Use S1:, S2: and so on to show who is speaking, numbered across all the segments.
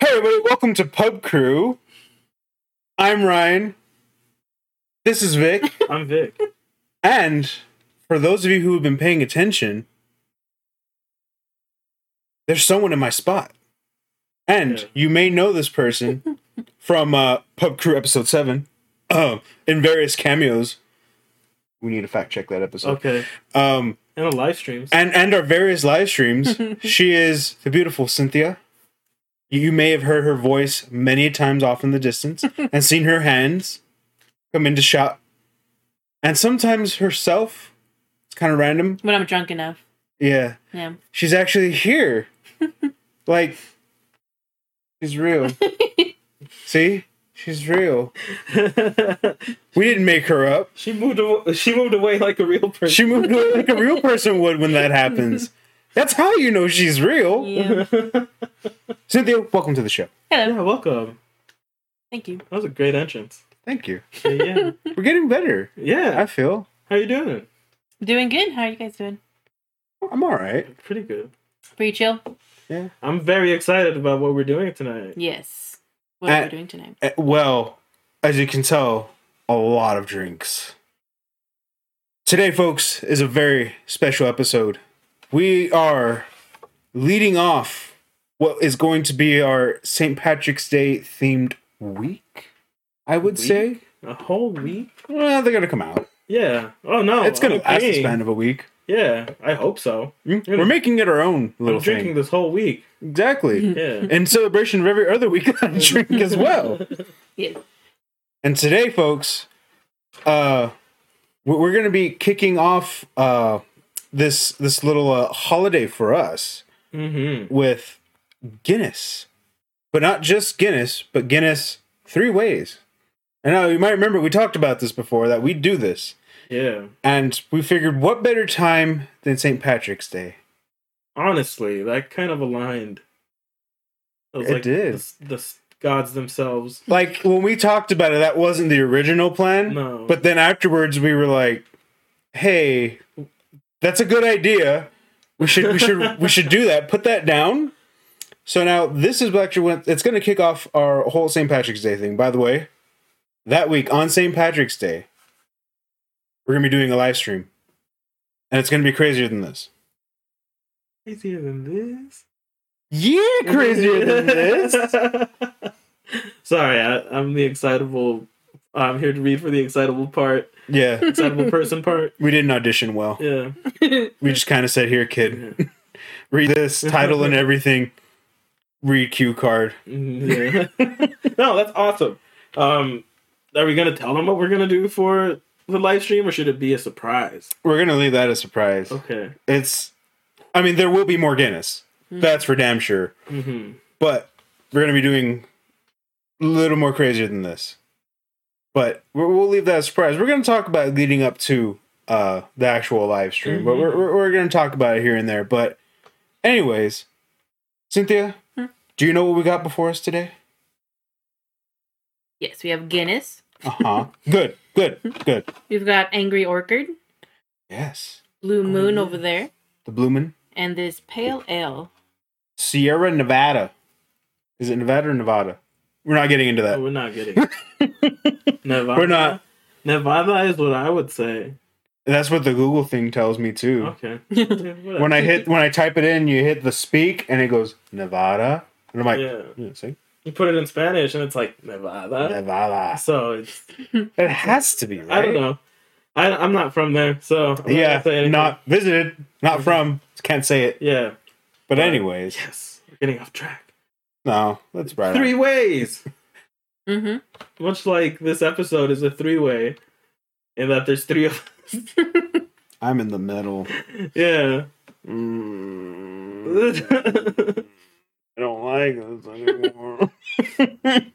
S1: everybody, welcome to Pub Crew. I'm Ryan. This is Vic.
S2: I'm Vic.
S1: And for those of you who have been paying attention, there's someone in my spot. And
S2: Yeah.
S1: you may know this person from uh, Pub Crew Episode 7 uh, in various cameos. We need to fact check that episode.
S2: Okay.
S1: Um,
S2: And a live streams.
S1: and, and our various live streams. she is the beautiful Cynthia. You, you may have heard her voice many times off in the distance and seen her hands come into shot. And sometimes herself. It's kind of random.
S3: when I'm drunk enough.
S1: Yeah.
S3: Yeah.
S1: She's actually here. like, she's real. See? She's real. We didn't make her up.
S2: she moved. Away, she moved away like a real person.
S1: She moved away like a real person would when that happens. That's how you know she's real.
S3: Yeah.
S1: Cynthia, welcome to the show.
S3: Hello.
S2: yeah, welcome.
S3: Thank you.
S2: That was a great entrance.
S1: Thank you.
S2: Yeah, yeah.
S1: We're getting better. I
S2: Yeah.
S1: feel
S2: How you doing?
S3: Doing good. How are you guys doing?
S1: I'm all right.
S2: Pretty good.
S3: Pretty chill?
S2: I'm very excited about what we're doing tonight.
S3: Yes. What are
S1: Uh,
S3: we doing tonight?
S1: Uh, Well, as you can tell, a lot of drinks. Today, folks, is a very special episode. We are leading off what is going to be our St. Patrick's Day themed week, I would
S2: Week?
S1: say.
S2: A whole week.
S1: Well, they're going to come out.
S2: Yeah. Oh no.
S1: it's going
S2: I'm
S1: to last the
S2: agreeing.
S1: span of a week.
S2: Yeah. I hope so.
S1: Mm, We're
S2: You're gonna-
S1: making it our own little
S2: I'm drinking
S1: thing.
S2: this whole week.
S1: Exactly.
S2: Yeah.
S1: In celebration of every other week, I drink as well.
S3: Yes.
S1: And today, folks, uh, we- we're going to be kicking off uh, this this little uh, holiday for us
S2: mm-hmm.
S1: with Guinness, but not just Guinness, but Guinness three ways. And now you might remember we talked about this before that we do this,
S2: Yeah.
S1: and we figured what better time than St. Patrick's Day?
S2: honestly, that kind of aligned. It, was
S1: It did.
S2: The, s- the s- gods themselves.
S1: Like when we talked about it, that wasn't the original plan.
S2: No.
S1: But then afterwards, we were like, "Hey, that's a good idea. We should we should we should do that. Put that down." So now this is actually when it's going to kick off our whole St. Patrick's Day thing. By the way, that week on St. Patrick's Day, we're going to be doing a live stream, and it's going to be crazier than this.
S2: crazier than this.
S1: Yeah, crazier than this.
S2: Sorry, I, I'm the excitable. I'm here to read for the excitable part,
S1: Yeah,
S2: excitable person part.
S1: we didn't audition well.
S2: Yeah.
S3: Hmm.
S2: Mm-hmm.
S1: We just kind of said, "Here, kid,
S2: Yeah.
S1: read this title and everything. Read cue card."
S2: Yeah. no, that's awesome. Um, are we gonna tell them what we're gonna do for the live stream, or should it be a surprise?
S1: We're going to leave that a surprise.
S2: Okay.
S1: it's i mean there will be more guinness
S3: Mm-hmm.
S1: that's for damn sure
S2: hmm
S1: but we're going to be doing a little more crazier than this but we're, we'll leave that a surprise we're going to talk about it leading up to uh the actual live stream but we're, we're, we're going to talk about it here and there but anyways cynthia
S3: Hmm.
S1: do you know what we got before us today
S3: yes, we have Guinness.
S1: uh-huh good good good
S3: We've got Angry Orchard,
S1: yes
S3: Blue Moon
S2: yeah.
S3: over there,
S1: the bloomin
S3: and this Pale Ale.
S1: sierra nevada is it nevada or nevada we're not getting into that
S2: Oh, we're not getting. it. Nevada.
S1: Uh, We're not.
S2: Nevada is what I would say.
S1: That's what the Google thing tells me too.
S2: Okay.
S1: When I hit when I type it in, you hit the speak and it goes Nevada. And I'm like,
S2: yeah,
S1: "Yeah, see?
S2: you put it in Spanish and it's like Nevada.
S1: Nevada.
S2: So it's
S1: It has to be, right?
S2: I don't know. I, I'm not from there, so I'm not gonna say
S1: Yeah,
S2: anything.
S1: not visited, not from. Can't say it.
S2: yeah.
S1: But
S2: Right.
S1: anyways,
S2: Yes, we're getting off track.
S1: no, that's right.
S2: Three
S1: Three.
S2: ways,
S3: Mm
S2: much like this episode is a three way, in that there's three of.
S1: I'm in the middle.
S2: yeah.
S1: Mm, I don't like this anymore.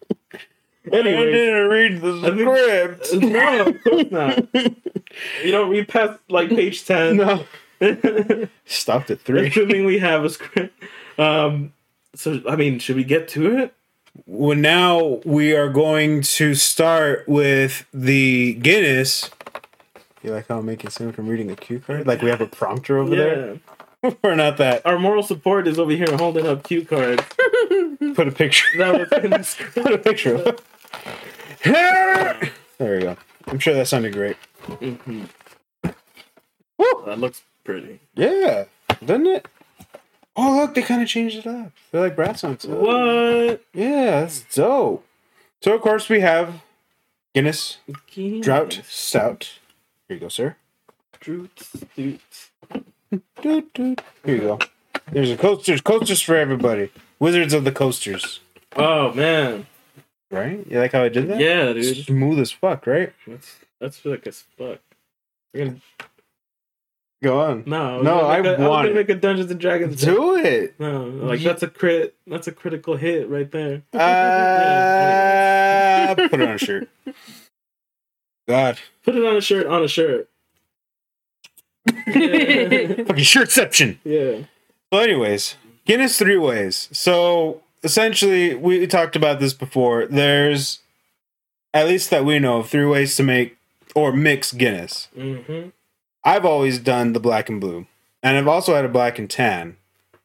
S1: I
S2: Anyways,
S1: didn't read the
S2: I think-
S1: script.
S2: no, of course not. You don't read past like page ten.
S1: no, stopped at three.
S2: Assuming we have a script. Um, so I mean, should we get to it?
S1: Well, now we are going to start with the Guinness. You like how I'm making sound from reading a cue card? Like we have a prompter over
S2: yeah.
S1: there? We're not that.
S2: Our moral support is over here holding up cue cards.
S1: Put a picture.
S2: That was in the script.
S1: Put a picture. of it. Here! There we go. I'm sure that sounded great. Mm-hmm.
S2: Mhm.
S1: Woo!
S2: That looks pretty.
S1: Yeah, doesn't it? Oh look, they kind of changed it up. They're like brats on top.
S2: What?
S1: Yeah, that's dope. So of course we have Guinness Drought
S2: Guinness.
S1: Stout. Here you go, sir.
S2: Droots. Doots.
S1: Doot, doot. Here you go. There's a coasters, coasters for everybody. Wizards of the coasters.
S2: Oh man.
S1: Right? You like how I did that?
S2: Yeah, dude.
S1: Smooth as fuck, right?
S2: That's that's like as fuck. We're gonna
S1: Go on.
S2: no.
S1: No,
S2: we're gonna
S1: I
S2: make a- was
S1: want
S2: gonna
S1: it.
S2: make a Dungeons and Dragons.
S1: Do it.
S2: No, like
S1: Ye-
S2: that's a crit. That's a critical hit right there.
S1: Uh, put it on a shirt. God.
S2: Put it on a shirt. On a shirt. Yeah.
S1: Fucking shirtception.
S2: yeah.
S1: Well, anyways, Guinness three ways. So essentially, we talked about this before. There's, at least that we know, of, three ways to make or mix Guinness.
S2: Mm-hmm.
S1: I've always done the black and blue, and I've also had a black and tan,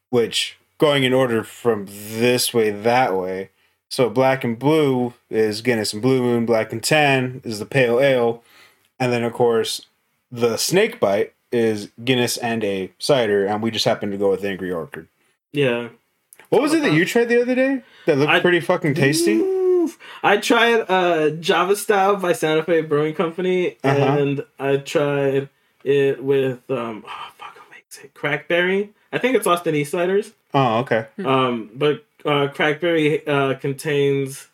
S1: which going in order from this way that way. So black and blue is Guinness and Blue Moon. Black and tan is the pale ale, and then of course the snake bite is Guinness and a cider, and we just happened to go with Angry Orchard.
S2: Yeah.
S1: What was it that you tried the other day that looked
S2: I- Mm.
S1: pretty fucking tasty?
S2: Oof. I tried uh, Java Style by Santa Fe Brewing Company,
S1: Uh-huh.
S2: and I tried it with um, oh, fuck, what makes it crackberry. I think it's Austin East Ciders.
S1: Oh, okay.
S3: Hmm.
S2: Um, but uh, crackberry uh, contains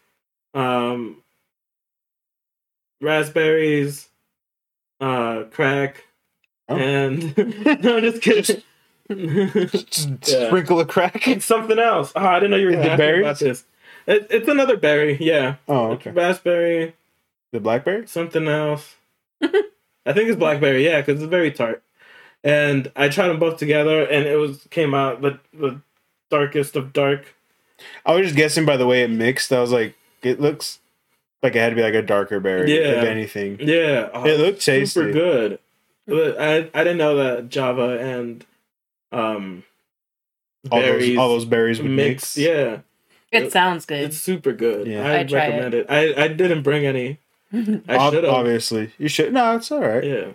S2: um, raspberries, uh, crack,
S1: Oh.
S2: and no, I'm just kidding.
S1: Just
S2: Yeah.
S1: sprinkle a crack.
S2: it's something else. Oh, I didn't know you were
S1: Yeah.
S2: asking
S1: Berries?
S2: about this. It, it's another berry, yeah.
S1: Oh,
S2: It's
S1: okay.
S2: Raspberry,
S1: The blackberry.
S2: something else. I think it's blackberry, yeah, because it's very tart. And I tried them both together, and it was came out the, the darkest of dark.
S1: I was just guessing by the way it mixed. I was like, it looks like it had to be like a darker berry,
S2: Yeah.
S1: if anything.
S2: Yeah, oh,
S1: It looked
S2: super
S1: tasty.
S2: good. But I I didn't know that Java and um
S1: All
S2: berries
S1: those, all those berries would mix.
S2: mix. Yeah,
S3: It sounds good.
S2: it's super good.
S1: Yeah.
S2: I
S3: I'd try
S2: recommend it. I I didn't bring any. I
S1: Ob-
S2: should have.
S1: obviously. You should. No, it's all right.
S2: Yeah,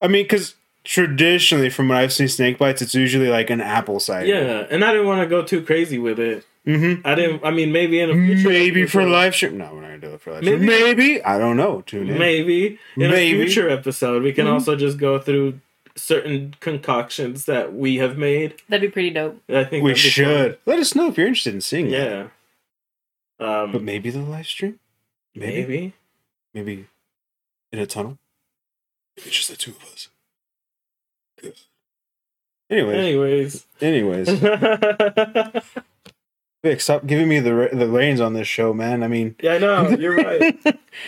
S1: I mean, because traditionally, from what I've seen, snake bites, it's usually like an apple cider.
S2: yeah, and I didn't want to go too crazy with it.
S1: Mm-hmm.
S2: I didn't. I mean, maybe in the future.
S1: Maybe for live stream. No, we're not gonna do it for live stream.
S2: Maybe-
S1: Maybe I don't know. Tune in.
S2: Maybe in
S1: Maybe.
S2: a future episode, we can
S1: Mhm.
S2: also just go through certain concoctions that we have made.
S3: That'd be pretty dope.
S2: I think
S1: We
S2: that'd be fun.
S1: should. Let us know if you're interested in seeing that.
S2: Yeah. Um,
S1: But maybe the live stream. Maybe.
S2: maybe.
S1: Maybe in a tunnel. It's just the two of us. Good. Anyways,
S2: Anyways.
S1: anyways,
S2: yeah,
S1: Vic, stop giving me the re- the reins on this show, man. I mean,
S2: I know. You're right,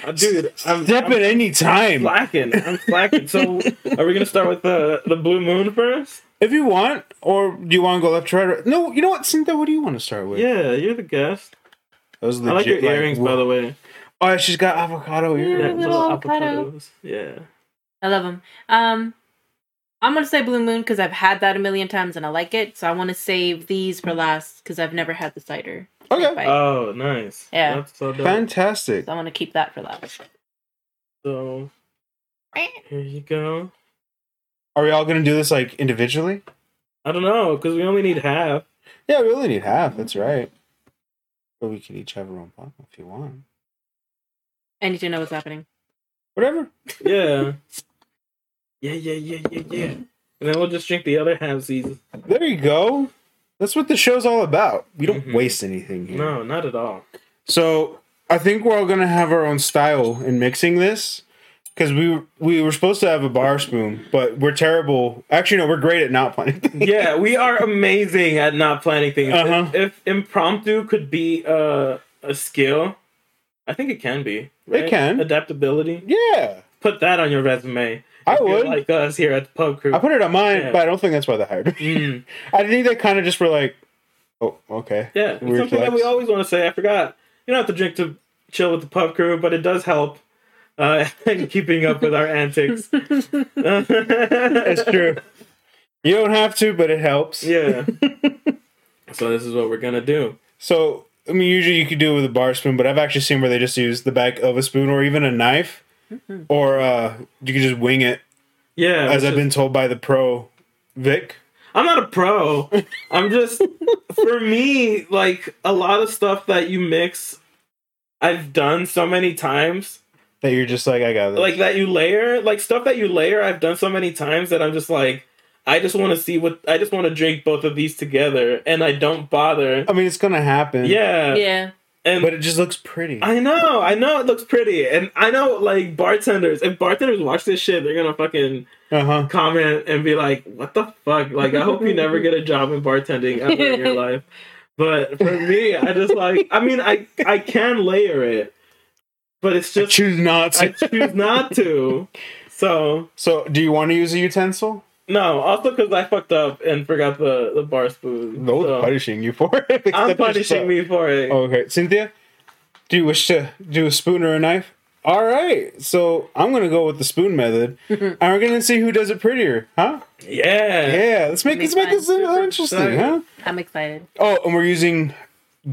S2: Uh, dude. I'm
S1: step
S2: I'm
S1: at any time
S2: slacking. I'm slacking. So, are we gonna start with the the blue moon first?
S1: if you want, or do you want to go left, to right? Or- No, you know what, Cynthia? What do you want to start with?
S2: Yeah, you're the guest.
S1: that was
S2: I like your
S1: legit.
S2: earrings, by the way.
S1: Oh, she's got avocado
S3: Yeah,
S1: earrings.
S3: little avocado.
S2: avocados. Yeah.
S3: I love them. Um, I'm gonna say Blue Moon because I've had that a million times and I like it. So I want to save these for last because I've never had the cider.
S1: Okay. Uh,
S3: Right.
S2: Oh, nice.
S3: Yeah.
S2: That's so dope.
S1: Fantastic.
S3: so I want to keep that for last.
S2: So here you go.
S1: Are we all gonna do this like individually?
S2: I don't know, because we only need half.
S1: Yeah, we only need half. That's right. But we can each have our own bottle if you want.
S3: I need to know what's happening.
S1: Whatever.
S2: Yeah. yeah, yeah, yeah, yeah, yeah. And then we'll just drink the other halfsies.
S1: There you go. That's what the show's all about. We don't
S2: Mhm.
S1: waste anything here.
S2: No, not at all.
S1: So I think we're all gonna have our own style in mixing this because we we were supposed to have a bar spoon, but we're terrible. Actually, no, we're great at not planning.
S2: yeah, we are amazing at not planning things.
S1: Uh-huh.
S2: If, if impromptu could be a a skill, I think it can be. right?
S1: can.
S2: Adaptability.
S1: yeah,
S2: Put that on your resume.
S1: I
S2: If you're
S1: would.
S2: like us here at the pub crew.
S1: I put it on mine,
S2: Yeah.
S1: but I don't think that's why they hired me.
S2: Mm,
S1: I think they kind of just were like, "Oh, okay."
S2: yeah, it's
S1: Weird
S2: something that
S1: flex.
S2: we always want to say. I forgot. You don't have to drink to chill with the pub crew, but it does help uh, in keeping up with our antics.
S1: It's true. You don't have to, but it helps.
S2: Yeah. so this is what we're gonna do.
S1: So I mean, usually you could do it with a bar spoon, but I've actually seen where they just use the back of a spoon or even a knife, or uh, you could just wing it,
S2: Yeah,
S1: as
S2: which
S1: I've
S2: is-
S1: been told by the pro Vic.
S2: I'm not a pro. I'm just for me, like a lot of stuff that you mix, I've done so many times.
S1: That you're just like, I got this.
S2: Like that you layer, like stuff that you layer, I've done so many times that I'm just like, I just want to see what I just want to drink both of these together, and I don't bother.
S1: I mean, it's gonna happen.
S2: Yeah,
S3: yeah.
S2: and
S1: but it just looks pretty.
S2: I know, I know it looks pretty, and I know like bartenders. If bartenders watch this shit, they're gonna fucking
S1: Uh huh.
S2: comment and be like, "What the fuck?" Like, I hope you never get a job in bartending ever in your life. But for me, I just like. I mean, I I can layer it, but it's just
S1: Choose not
S2: I
S1: to.
S2: choose not to. So
S1: so, do you want to use a utensil?
S2: no. Also, because I fucked up and forgot the the bar spoon.
S1: No one's
S2: So,
S1: punishing you for it.
S2: Uh, I'm
S1: except
S2: punishing
S1: yourself.
S2: me for it.
S1: Okay, Cynthia, do you wish to do a spoon or a knife? All right, so I'm gonna go with the spoon method, and we're gonna see who does it prettier, huh?
S2: Yeah.
S1: Yeah, let's make let's
S3: Makes
S1: make
S3: mine
S1: this a little
S2: super
S1: interesting,
S2: exciting.
S1: huh?
S3: I'm excited.
S1: Oh, and we're using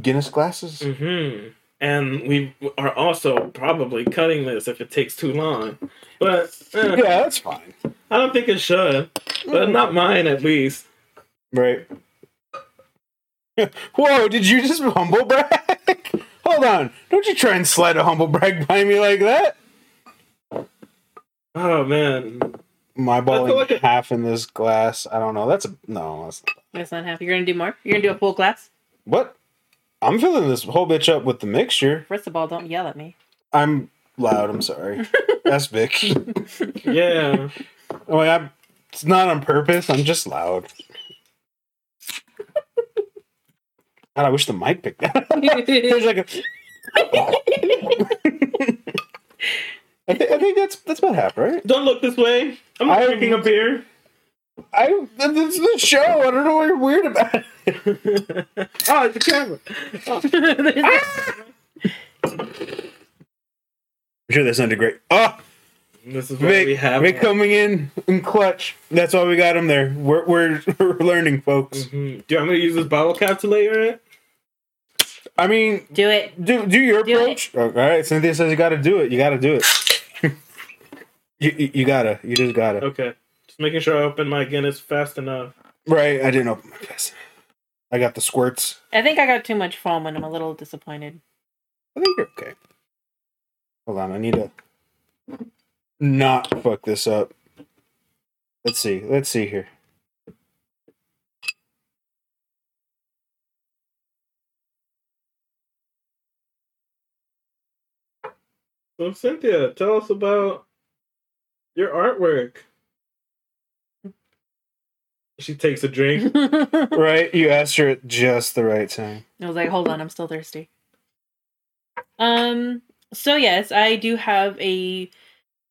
S1: Guinness glasses.
S2: hmm And we are also probably cutting this if it takes too long. But eh,
S1: Yeah, that's fine.
S2: I don't think it should. But not mine, at least.
S1: Right. Whoa, did you just humble brag? Hold on. Don't you try and slide a humble brag by me like that.
S2: Oh man,
S1: My
S2: I
S1: ball
S2: feel like it-
S1: half in this glass. I don't know. That's a no, that's not.
S3: That's not half. You're gonna do more. You're gonna do a full glass.
S1: What? I'm filling this whole bitch up with the mixture.
S3: First of all, don't yell at me.
S1: I'm loud, I'm sorry. That's Vic.
S2: yeah.
S1: I mean, I'm, it's not on purpose. I'm just loud. God, I wish the mic picked that. up. There's like a. I, thi- I think that's that's about half, right?
S2: don't look this way. I'm not
S1: I-
S2: drinking a beer.
S1: I this is the show. I don't know what you're weird about. Ah,
S2: oh, it's a camera.
S1: I'm sure that sounded great. Oh,
S2: This is what we
S1: Vic,
S2: have.
S1: Vic coming in in clutch. That's why we got him there. We're we're, we're learning, folks.
S2: Mhm. Do I'm gonna use this bottle cap to layer it?
S1: I mean,
S3: do it.
S1: Do do your
S3: Do
S1: approach. Oh, All right, Cynthia says you got to do it. You got to do it. you, you you gotta. You just gotta.
S2: Okay. Just making sure I open my Guinness fast enough.
S1: Right. I didn't open my fist. I got the squirts.
S3: I think I got too much foam, and I'm a little disappointed.
S1: I think you're okay. Hold on. I need to not fuck this up. Let's see. Let's see here.
S2: So Cynthia, tell us about your artwork. She takes a drink.
S3: I
S1: Right. You asked her at just the right time.
S3: was like, hold on, I'm still thirsty. Um. So yes, I do have a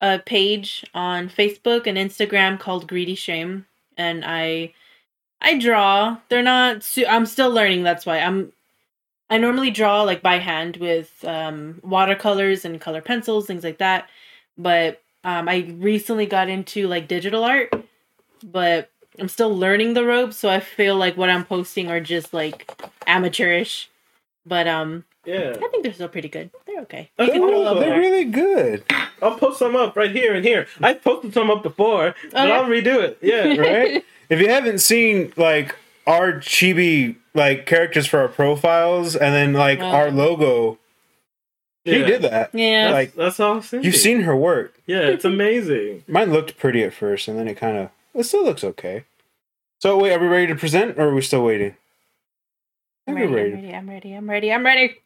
S3: a page on Facebook and Instagram called Greedy Shame, and I I draw. They're not. Su- I'm still learning. That's why I'm. I normally draw like by hand with um, watercolors and color pencils, things like that. But um, I recently got into like digital art, but I'm still learning the ropes. So I feel like what I'm posting are just like amateurish. But um,
S2: Yeah.
S3: I think they're still pretty good. They're okay. Oh.
S2: Okay,
S1: They're,
S2: cool.
S1: really- they're really good.
S2: I'll post some up right here and here. I posted some up before, but
S3: Okay.
S2: I'll redo it. Yeah.
S1: right? If you haven't seen like our chibi like characters for our profiles and then like
S3: Well-
S1: our logo, she
S2: Yeah.
S1: did that.
S3: Yeah.
S2: That's,
S1: Like-
S2: that's all Cynthia.
S1: You've seen her work.
S2: Yeah, it's amazing.
S1: Mine looked pretty at first, and then it kind of it still looks okay. So wait, are we ready to present, or are we still waiting? I
S3: I'm
S1: think we're
S3: ready,
S1: ready.
S3: I'm ready. I'm ready. I'm ready.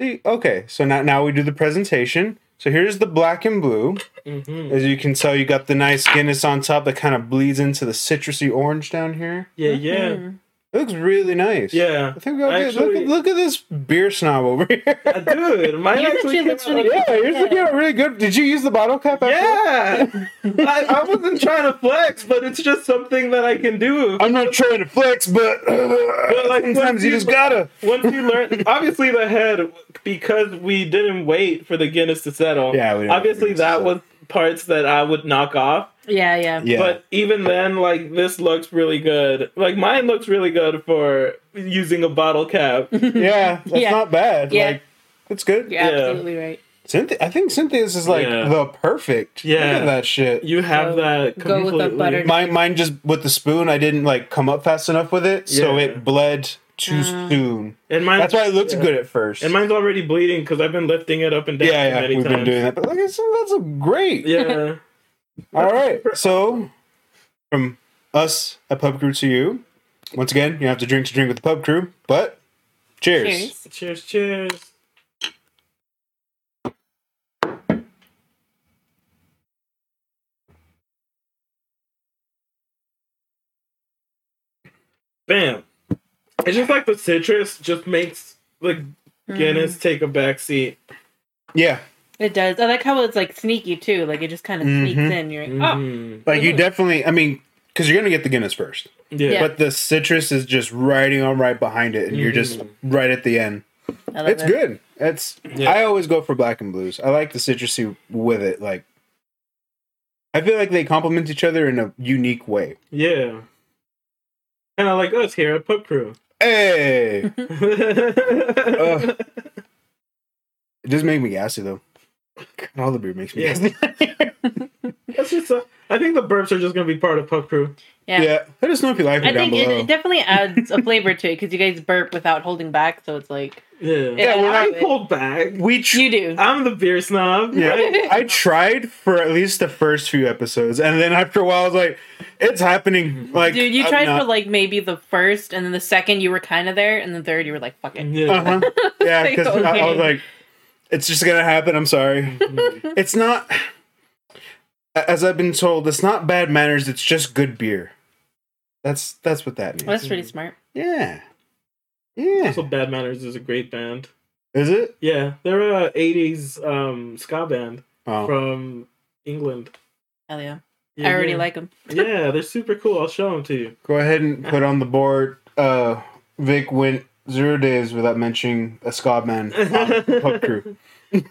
S1: See, Okay, so now now we do the presentation. So here's the black and blue.
S2: hmm
S1: As you can tell, you got the nice Guinness on top that kind of bleeds into the citrusy orange down here.
S2: Yeah, yeah,
S3: Mhm.
S1: It looks really nice.
S2: yeah.
S1: I think we all did. Look,
S2: Actually-
S1: at- look at this beer snob over here.
S2: Uh, Dude, mine actually
S3: You actually
S2: came
S3: looks
S2: out-
S3: really
S1: Yeah, yours came out really good. Did you use the bottle cap? after that?
S2: Yeah, I, I wasn't trying to flex, but it's just something that I can do.
S1: I'm not trying to flex, but, uh,
S2: like,
S1: sometimes you just
S2: people-
S1: gotta.
S2: Once you learn, obviously the head, because we didn't wait for the Guinness to settle.
S1: Yeah, we didn't wait for
S2: obviously
S1: Guinness to
S2: that
S1: settle.
S2: was parts that I would knock off.
S3: Yeah, yeah.
S1: Yeah.
S2: But even then, like this looks really good. Like mine looks really good for using a bottle cap.
S1: yeah, that's
S3: Yeah.
S1: not bad.
S3: Yeah.
S1: Like, it's good.
S3: You're
S2: Yeah.
S3: absolutely right.
S1: Cynthia, I think Cynthia's is like
S2: Yeah.
S1: the perfect.
S2: Yeah.
S1: Look at that shit.
S2: You have
S3: So,
S2: that
S3: go with
S2: completely.
S3: the butter.
S1: Mine, mine just with the spoon, I didn't like come up fast enough with it, so
S2: Yeah.
S1: it bled too
S3: Mm.
S1: soon.
S2: And mine,
S1: That's why it looked good at first.
S2: And mine's already bleeding because I've been lifting it up and down
S1: yeah, yeah,
S2: many
S1: we've
S2: times.
S1: been doing that, but like, it's, that's a great.
S2: Yeah.
S1: All right, so from us at Pub Crew to you, once again, you don't have to drink to drink with the Pub Crew, but cheers.
S3: Cheers.
S2: cheers, cheers. Bam. It's just like the citrus just makes like
S3: Mm-hmm.
S2: Guinness take a back seat.
S1: Yeah,
S3: Hmm. It does. I like how it's like sneaky too. Like it just kind of
S1: Mhm.
S3: sneaks in. You're like, oh,
S2: Mhm.
S1: like you
S3: Mhm.
S1: definitely. I mean, because you're gonna get the Guinness first,
S2: Yeah.
S1: but the citrus is just riding on right behind it, and you're just
S2: Mhm.
S1: right at the end.
S3: "Oh, I love
S1: It's
S3: it.
S1: good. It's
S2: Yeah.
S1: I always go for black and blues. I like the citrusy with it. Like I feel like they complement each other in a unique way.
S2: Yeah. Kind of like us here at Pub Crew.
S1: Hey,
S3: Uh.
S1: it does make me gassy though. God, all the beer makes me
S2: Yeah.
S1: gassy.
S2: That's just. A, I think the burps are just gonna be part of pub crew.
S3: Yeah.
S1: Yeah. let us know if you like me
S3: I
S1: down
S3: think it,
S1: below.
S3: it definitely adds a flavor to it because you guys burp without holding back, so it's like
S2: Yeah.
S3: Yeah,
S1: we're
S2: I
S3: not-
S2: pulled back.
S1: we tr-
S3: you do.
S2: I'm the beer snob.
S1: yeah,
S2: right?
S1: I tried for at least the first few episodes, and then after a while, I was like, "It's
S2: Mm-hmm.
S1: happening!" Like,
S3: Dude, you
S1: I'm
S3: tried
S1: not-
S3: for like maybe the first, and then the second you were kind of there, and the third you were like, "Fuck it."
S2: Yeah.
S1: Uh-huh. Yeah, because I, I was
S3: Okay.
S1: like, it's just gonna happen. I'm sorry. it's not. As I've been told, it's not bad manners. It's just good beer. That's that's what that means.
S3: Well, that's pretty smart.
S1: yeah, yeah.
S2: Also, Bad Manners is a great band.
S1: Is it?
S2: Yeah, they're a '80s um, ska band
S1: Oh,
S2: from England.
S3: Hell yeah,
S2: Yeah,
S3: I already
S2: yeah.
S3: like them.
S2: Yeah, they're super cool. I'll show them to you.
S1: go ahead and put on the board. Uh, Vic went zero days without mentioning a ska man on pub crew.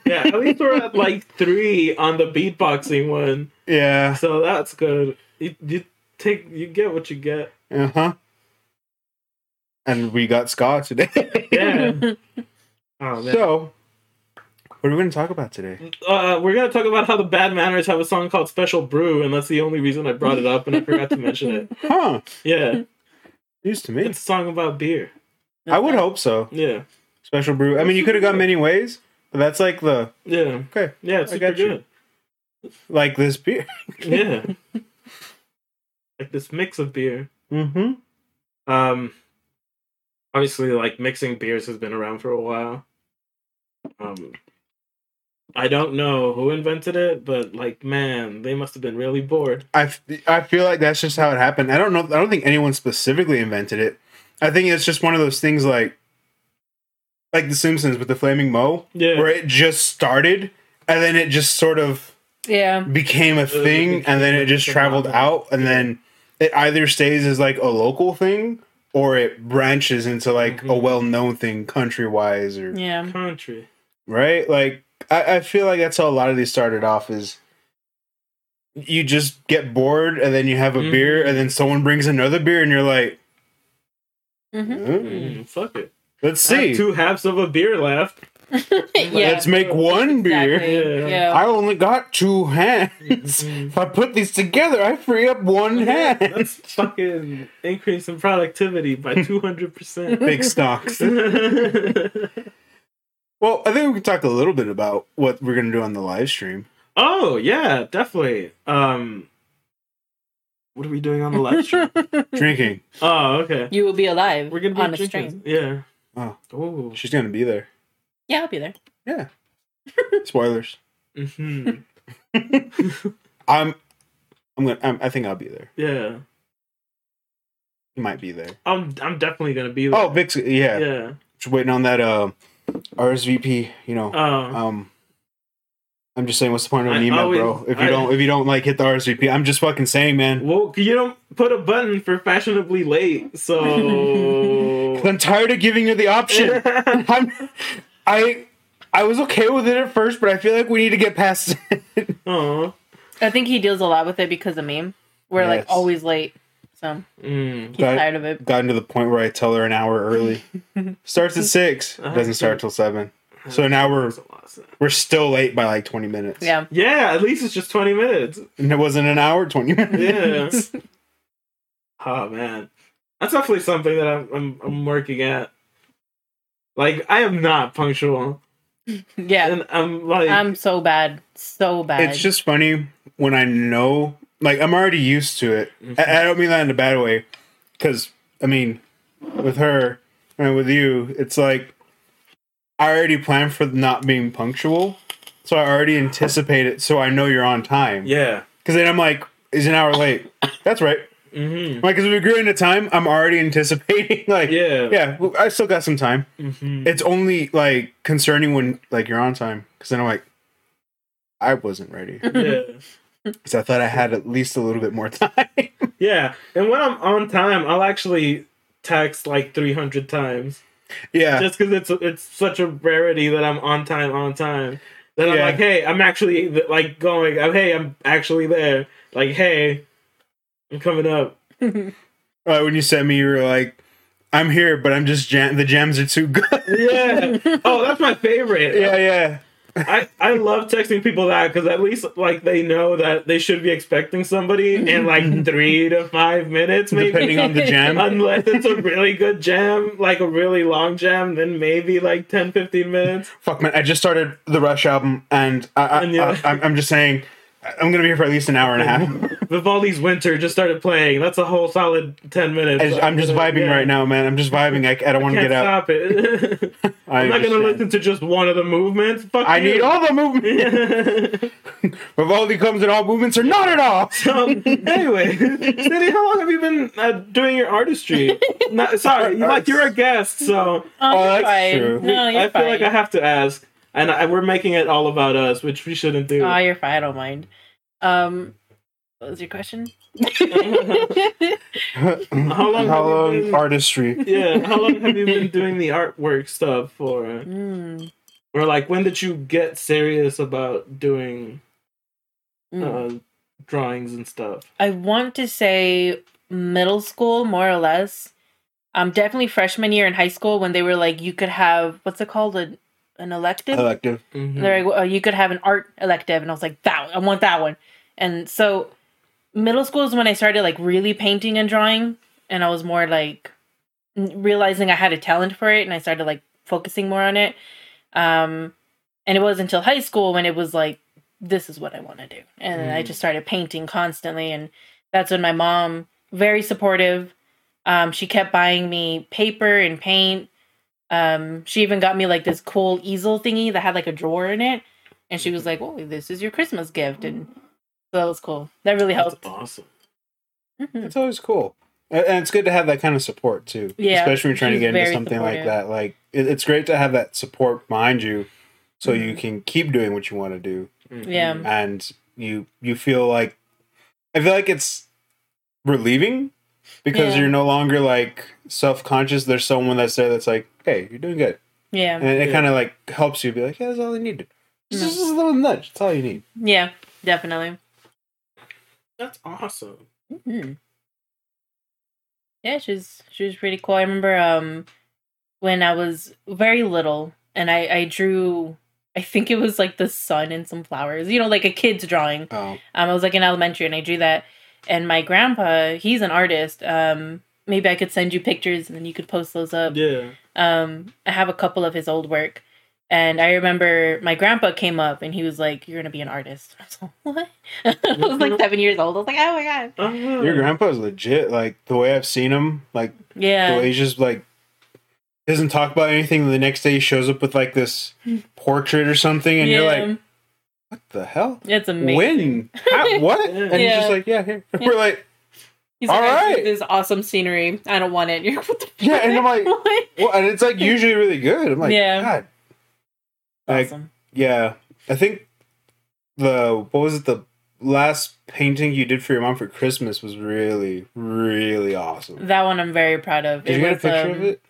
S2: Yeah, at least we're at like three on the beatboxing one,
S1: Yeah.
S2: so that's good. You, you take, you get what you get.
S1: Uh huh. And we got ska today.
S2: Yeah. Oh man.
S1: so, what are we going to talk about today?
S2: uh, we're gonna talk about how the Bad Manners have a song called Special Brew, and that's the only reason I brought it up, and I forgot to mention it.
S1: Huh.
S2: Yeah,
S1: News to me.
S2: it's a song about beer.
S1: I would hope so.
S2: Yeah,
S1: Special brew. I mean, you could have gone many ways, but that's like the
S2: yeah,
S1: okay,
S2: yeah. It's
S1: I
S2: super
S1: got you.
S2: good.
S1: like this beer.
S2: Yeah, like this mix of beer.
S1: Mm-hmm.
S2: Um, obviously, like mixing beers has been around for a while. Um, I don't know who invented it, but like, man, they must have been really bored.
S1: I, f- I feel like that's just how it happened. I don't know. I don't think anyone specifically invented it. I think it's just one of those things like like The Simpsons with the flaming mo,
S2: Yeah,
S1: where it just started and then it just sort of
S3: Yeah,
S1: became a thing, and then it just traveled out, and then it either stays as like a local thing or it branches into like a
S2: Mhm.
S1: well known thing country wise or
S3: yeah.
S2: country.
S1: right? Like I, I feel like that's how a lot of these started off is you just get bored and then you have a
S2: Mhm.
S1: beer and then someone brings another beer and you're like,
S3: hmm
S1: "Hmm,
S2: Mm, fuck it.
S1: let's
S2: I
S1: see.
S2: have two halves of a beer left.
S3: yeah.
S1: Let's make one beer.
S3: Exactly.
S2: Yeah.
S3: Yeah.
S1: I only got two hands.
S2: Mhm.
S1: if I put these together, I free up one
S2: Yeah,
S1: hand.
S2: That's fucking increase in productivity by 200%.
S1: Big stocks. Well, I think we can talk a little bit about what we're gonna do on the live stream.
S2: oh, yeah, definitely. Um What are we doing on the live stream?
S1: Drinking.
S2: oh, okay.
S3: You will be alive.
S2: We're going to be
S3: on a
S2: drinking.
S3: stream.
S2: Yeah.
S1: Oh.
S2: Oh.
S1: She's gonna be there.
S3: Yeah, I'll be there.
S1: Spoilers.
S2: hmm
S1: I'm. I'm gonna. I'm, I think I'll be there.
S2: Yeah.
S1: You might be there.
S2: I'm I'm definitely going to be there.
S1: Oh, Vix. Yeah.
S2: yeah.
S1: Just waiting on that uh, RSVP. You know.
S2: Oh.
S1: um. I'm just saying, what's the point of an
S2: I
S1: email,
S2: always-
S1: bro? If you
S2: I-
S1: don't, if you don't like hit the RSVP, I'm just fucking saying, man.
S2: well, you don't put a button for fashionably late. So
S1: 'Cause I'm tired of giving you the option. I'm. I. I was okay with it at first, but I feel like we need to get past it.
S2: Oh,
S3: I think he deals a lot with it because of me. We're
S1: Yes.
S3: like always late, so
S2: Mm.
S3: he's
S1: Got-
S3: tired of it.
S1: Gotten to the point where I tell her an hour early. Starts at six.
S2: Uh-huh.
S1: Doesn't start till seven. So now we're-
S2: That's a lot of sense.
S1: We're still late by like twenty minutes.
S3: Yeah,
S2: Uh-huh. Yeah, at least it's just 20 minutes.
S1: And it wasn't an hour, twenty
S2: Yeah.
S1: minutes.
S2: oh, man. That's definitely something that I'm, I'm, I'm working at. Like, I am not punctual.
S3: yeah. Um,
S2: And I'm like,
S3: I'm so bad, so bad.
S1: It's just funny when I know like I'm already used to it.
S2: Mm-hmm.
S1: I, I don't mean that in a bad way, because I mean, with her and with you, it's like I already plan for not being punctual, so I already anticipate it, so I know you're on time.
S2: yeah.
S1: Because then I'm like, is an hour late? That's right.
S2: hmm
S1: Like, because we grew into time, I'm already anticipating. Like,
S2: Yeah.
S1: yeah, well, I still got some time.
S2: hmm
S1: It's only like concerning when like you're on time, because then I'm like, I wasn't ready
S2: yeah.
S1: because I thought I had at least a little bit more time.
S2: Yeah. And when I'm on time, I'll actually text like 300 times.
S1: yeah,
S2: just because it's it's such a rarity that I'm on time, on time. That I'm
S1: Yeah.
S2: like, hey, I'm actually like going. I'm, hey, I'm actually there. Like, hey, I'm coming up.
S1: Uh, when you sent me, you were like, "I'm here, but I'm just jam. The jams are too good."
S2: Yeah. oh, that's my favorite.
S1: yeah, yeah,
S2: I I love texting people that because at least like they know that they should be expecting somebody in like three to five minutes, maybe.
S1: depending on the jam.
S2: Unless it's a really good jam, like a really long jam, then maybe like 10, 15 minutes.
S1: Fuck man, I just started the Rush album, and I, I,
S2: And yeah.
S1: I, am I'm just saying, I- I'm gonna be here for at least an hour and a half.
S2: Vivaldi's Winter just started playing. That's a whole solid 10 minutes.
S1: I, am just vibing
S2: Yeah.
S1: right now, man. I'm just vibing. I, I don't want to
S2: Can't
S1: get out.
S2: stop it.
S1: I
S2: I'm not going to
S1: understand.
S2: listen to just one of the movements. Fuck
S1: I
S2: you.
S1: need all the movements. Vivaldi comes in all movements or not at all.
S2: um, anyway, Cindy, how long have you been uh, doing your artistry? Not, sorry, you- like you're a guest,
S1: Oh,
S2: so
S3: oh, you're
S1: that's
S3: fine.
S1: true.
S3: No, Oh, you're
S2: I feel
S3: fine.
S2: like I have to ask. And I, we're making it all about us, which we shouldn't do.
S3: Oh, you're fine. I don't mind. Um, what was your question?
S2: how long?
S1: How
S2: have you
S1: long
S2: been,
S1: artistry?
S2: yeah, how long have you been doing the artwork stuff for?
S3: Mm,
S2: Or like, when did you get serious about doing
S3: mm.
S2: uh, drawings and stuff?
S3: I want to say middle school, more or less. Um, definitely freshman year in high school when they were like, you could have what's it called, a, an elective.
S1: Elective.
S2: Mhm.
S3: They're like, oh, you could have an art elective, and I was like, that one- I want that one. And so, middle school is when I started like really painting and drawing, and I was more like n- realizing I had a talent for it, and I started like focusing more on it. Um, and it wasn't until high school when it was like, this is what I want to do, and I
S2: Mm.
S3: just started painting constantly, and that's when my mom very supportive. Um, she kept buying me paper and paint um, she even got me like this cool easel thingy that had like a drawer in it, and she was like, "Oh, this is your Christmas gift," and so that was cool. That really
S2: That's
S3: helped.
S2: awesome.
S3: Mhm.
S1: It's always cool. And and it's good to have that kind of support too.
S3: Yeah,
S1: Especially when you're trying to
S3: she's
S1: get into
S3: very
S1: something like
S3: supportive.
S1: that. Like it, it's great to have that support behind you so you
S3: Mm-hmm.
S1: can keep doing what you want to do
S2: Mm-hmm.
S3: Yeah.
S1: and you you feel like I feel like it's relieving because
S3: Yeah.
S1: you're no longer like self-conscious. There's someone that's there that's like, "Hey, you're doing good."
S3: Yeah,
S1: And it
S2: Yeah.
S1: kind of like helps you be like, "Yeah, that's all I needed." Just,
S3: Mhm.
S1: just a little nudge. That's all you need.
S3: yeah, definitely.
S2: That's awesome.
S3: Mhm. Yeah, she's she was pretty cool. I remember um when I was very little and I I drew I think it was like the sun and some flowers, you know, like a kid's drawing.
S1: Oh.
S3: Um, I was like in elementary and I drew that. And my grandpa, he's an artist. Um, maybe I could send you pictures and then you could post those up.
S2: Yeah.
S3: Um, I have a couple of his old work. And I remember my grandpa came up and he was like, You're going to be an artist. I was like, What? I was like seven years old. I was like, Oh my God.
S2: Uh-huh.
S1: Your grandpa's legit. Like the way I've seen him, like the way
S3: Yeah.
S1: he's just like doesn't talk about anything. and The next day he shows up with like this portrait or something, and you're
S3: Hmm. Yeah.
S1: like, "What the hell?
S3: It's amazing.
S1: When? How, what?" And he's
S3: Yeah.
S1: just like, "Yeah, here." We're like,
S3: He's like,
S1: All
S3: "I drew
S1: right.
S3: This awesome scenery. I don't want it. You're like, what the fuck?
S1: Yeah, and I'm like-
S3: What?
S1: "Well," and it's like usually really good. I'm like,
S3: Yeah.
S1: God, like
S3: awesome.
S1: yeah." I think the what was it the last painting you did for your mom for Christmas was really really awesome.
S3: That one I'm very proud of.
S1: Did you get a
S3: was,
S1: picture
S3: um,
S1: of it?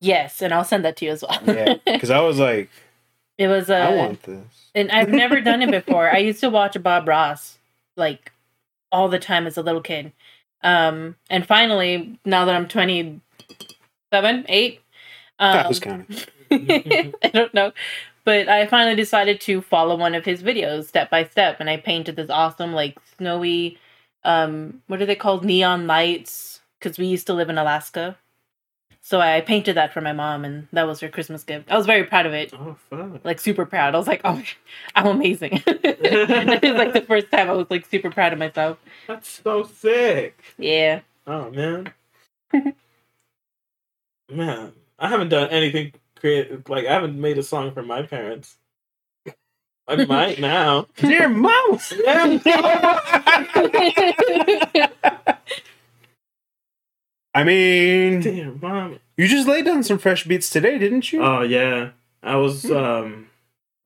S3: Yes, and I'll send that to you as well.
S1: Yeah, because I was like,
S3: it was uh,
S1: I want this.
S3: And I've never done it before. I used to watch Bob Ross like all the time as a little kid. Um, and finally, now that I'm 27, 8,
S1: That
S3: um,
S1: was counting.
S3: I don't know. But I finally decided to follow one of his videos step by step, and I painted this awesome, like, snowy, um, what are they called? Neon lights, because we used to live in Alaska. So I painted that for my mom, and that was her Christmas gift. I was very proud of it,
S2: Oh fuck.
S3: like, super proud. I was like, oh, my- I'm amazing. it was like the first time I was, like, super proud of myself.
S2: That's so sick.
S3: Yeah.
S2: Oh man. man, I haven't done anything creative. Like I haven't made a song for my parents. I might now.
S1: Dear mouse.
S2: Yeah.
S1: I mean,
S2: Damn, mom.
S1: you just laid down some fresh beats today, didn't you?
S2: Oh yeah, I was um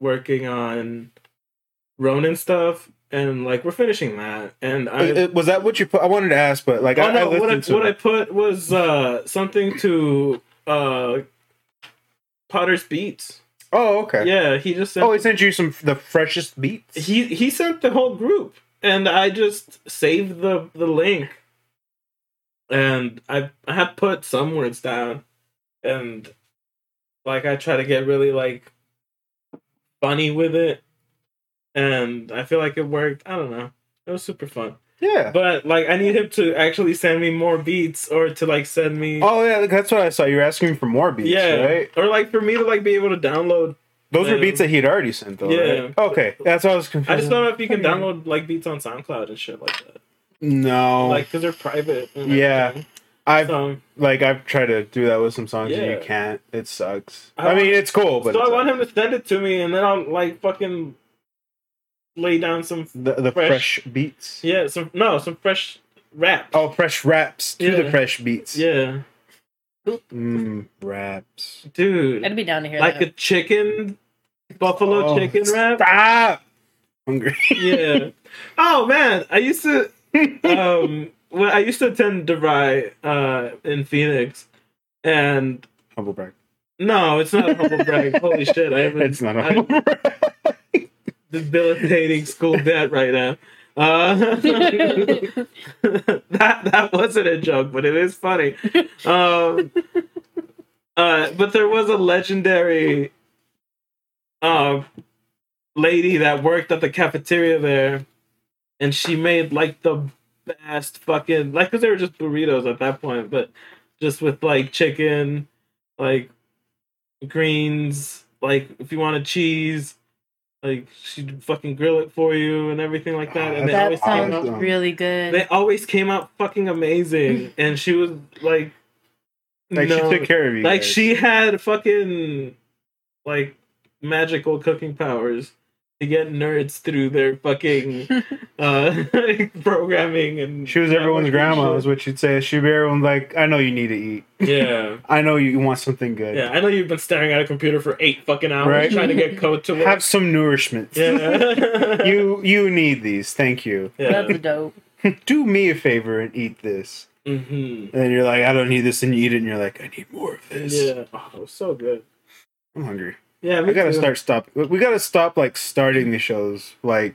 S2: working on Ronin stuff, and like we're finishing that, and I.
S1: Uh, uh, was that what you put? I wanted to ask, but like,
S2: Oh,
S1: I, I
S2: no,
S1: listened
S2: what I,
S1: to
S2: what I
S1: it.
S2: put was uh, something to uh, Potter's Beats.
S1: oh, okay.
S2: Yeah, he just sent
S1: Oh, he sent you some the freshest beats.
S2: he he sent the whole group, and I just saved the the link, and I I had put some words down, and like I try to get really like funny with it, and I feel like it worked. I don't know, it was super fun.
S1: yeah.
S2: But like, I need him to actually send me more beats, or to like send me,
S1: Oh yeah, like, that's what I saw. You were asking for more beats,
S2: yeah,
S1: right?
S2: or like for me to like be able to download.
S1: Those were
S2: Um,
S1: beats that he'd already sent, though.
S2: yeah.
S1: right? Okay, that's what I was confused.
S2: I just don't know if you can
S1: Okay.
S2: download like beats on SoundCloud and shit like that,
S1: No,
S2: like because they're private. And
S1: Oh. Yeah.
S2: everything.
S1: I've
S2: So,
S1: like I've tried to do that with some songs, and
S2: Yeah.
S1: you can't. It sucks.
S2: I
S1: I, mean,
S2: want-
S1: it's cool, but
S2: so I
S1: it's- uh,
S2: want him to send it to me, and then I'll like fucking lay down some
S1: the, the
S2: fresh-
S1: fresh, beats.
S2: yeah some no some fresh rap.
S1: Oh, fresh raps to
S2: Yeah.
S1: the fresh beats.
S2: yeah,
S1: Mm, raps.
S3: I'd
S2: dude,
S3: be down to hear
S2: like
S3: that.
S2: a chicken buffalo
S1: Oh,
S2: chicken rap.
S1: Stop. Hungry.
S2: yeah. Oh man, I used to um well I used to attend DeVry uh in Phoenix and
S1: Humble brag.
S2: no, it's not a humble brag. Holy shit, I haven't
S1: It's not a
S2: I-
S1: humble brag.
S2: debilitating school debt right now. Uh, that that wasn't a joke, but it is funny. Um, uh, but there was a legendary uh, lady that worked at the cafeteria there, and she made like the best fucking like because they were just burritos at that point, but just with like chicken, like greens, like if you wanted cheese, like she'd fucking grill it for you and everything like that.
S1: Ah,
S2: and they
S1: that's
S2: always
S3: that
S2: came
S3: sounds
S2: out,
S1: awesome.
S3: really good.
S2: they always came out fucking amazing. And she was like,
S1: Like
S2: no,
S1: she took care of you.
S2: like
S1: guys.
S2: she had fucking like magical cooking powers to get nerds through their fucking uh programming and
S1: She was everyone's
S2: networking
S1: grandma, is
S2: shit.
S1: what you'd say. She'd be everyone like, I know you need to eat.
S2: yeah
S1: I know you want something good.
S2: yeah i know you've been staring at a computer for eight fucking hours
S1: Right.
S2: trying to get code to work
S1: Have some nourishment.
S2: yeah
S1: you you need these. Thank you.
S2: yeah
S3: That's dope.
S1: Do me a favor and eat this.
S2: hmm
S1: And then you're like, I don't need this, and you eat it, and you're like, I need more of this.
S2: yeah oh so good
S1: I'm hungry.
S2: yeah
S1: I
S2: me
S1: gotta
S2: too.
S1: start stop. We gotta stop like starting the shows like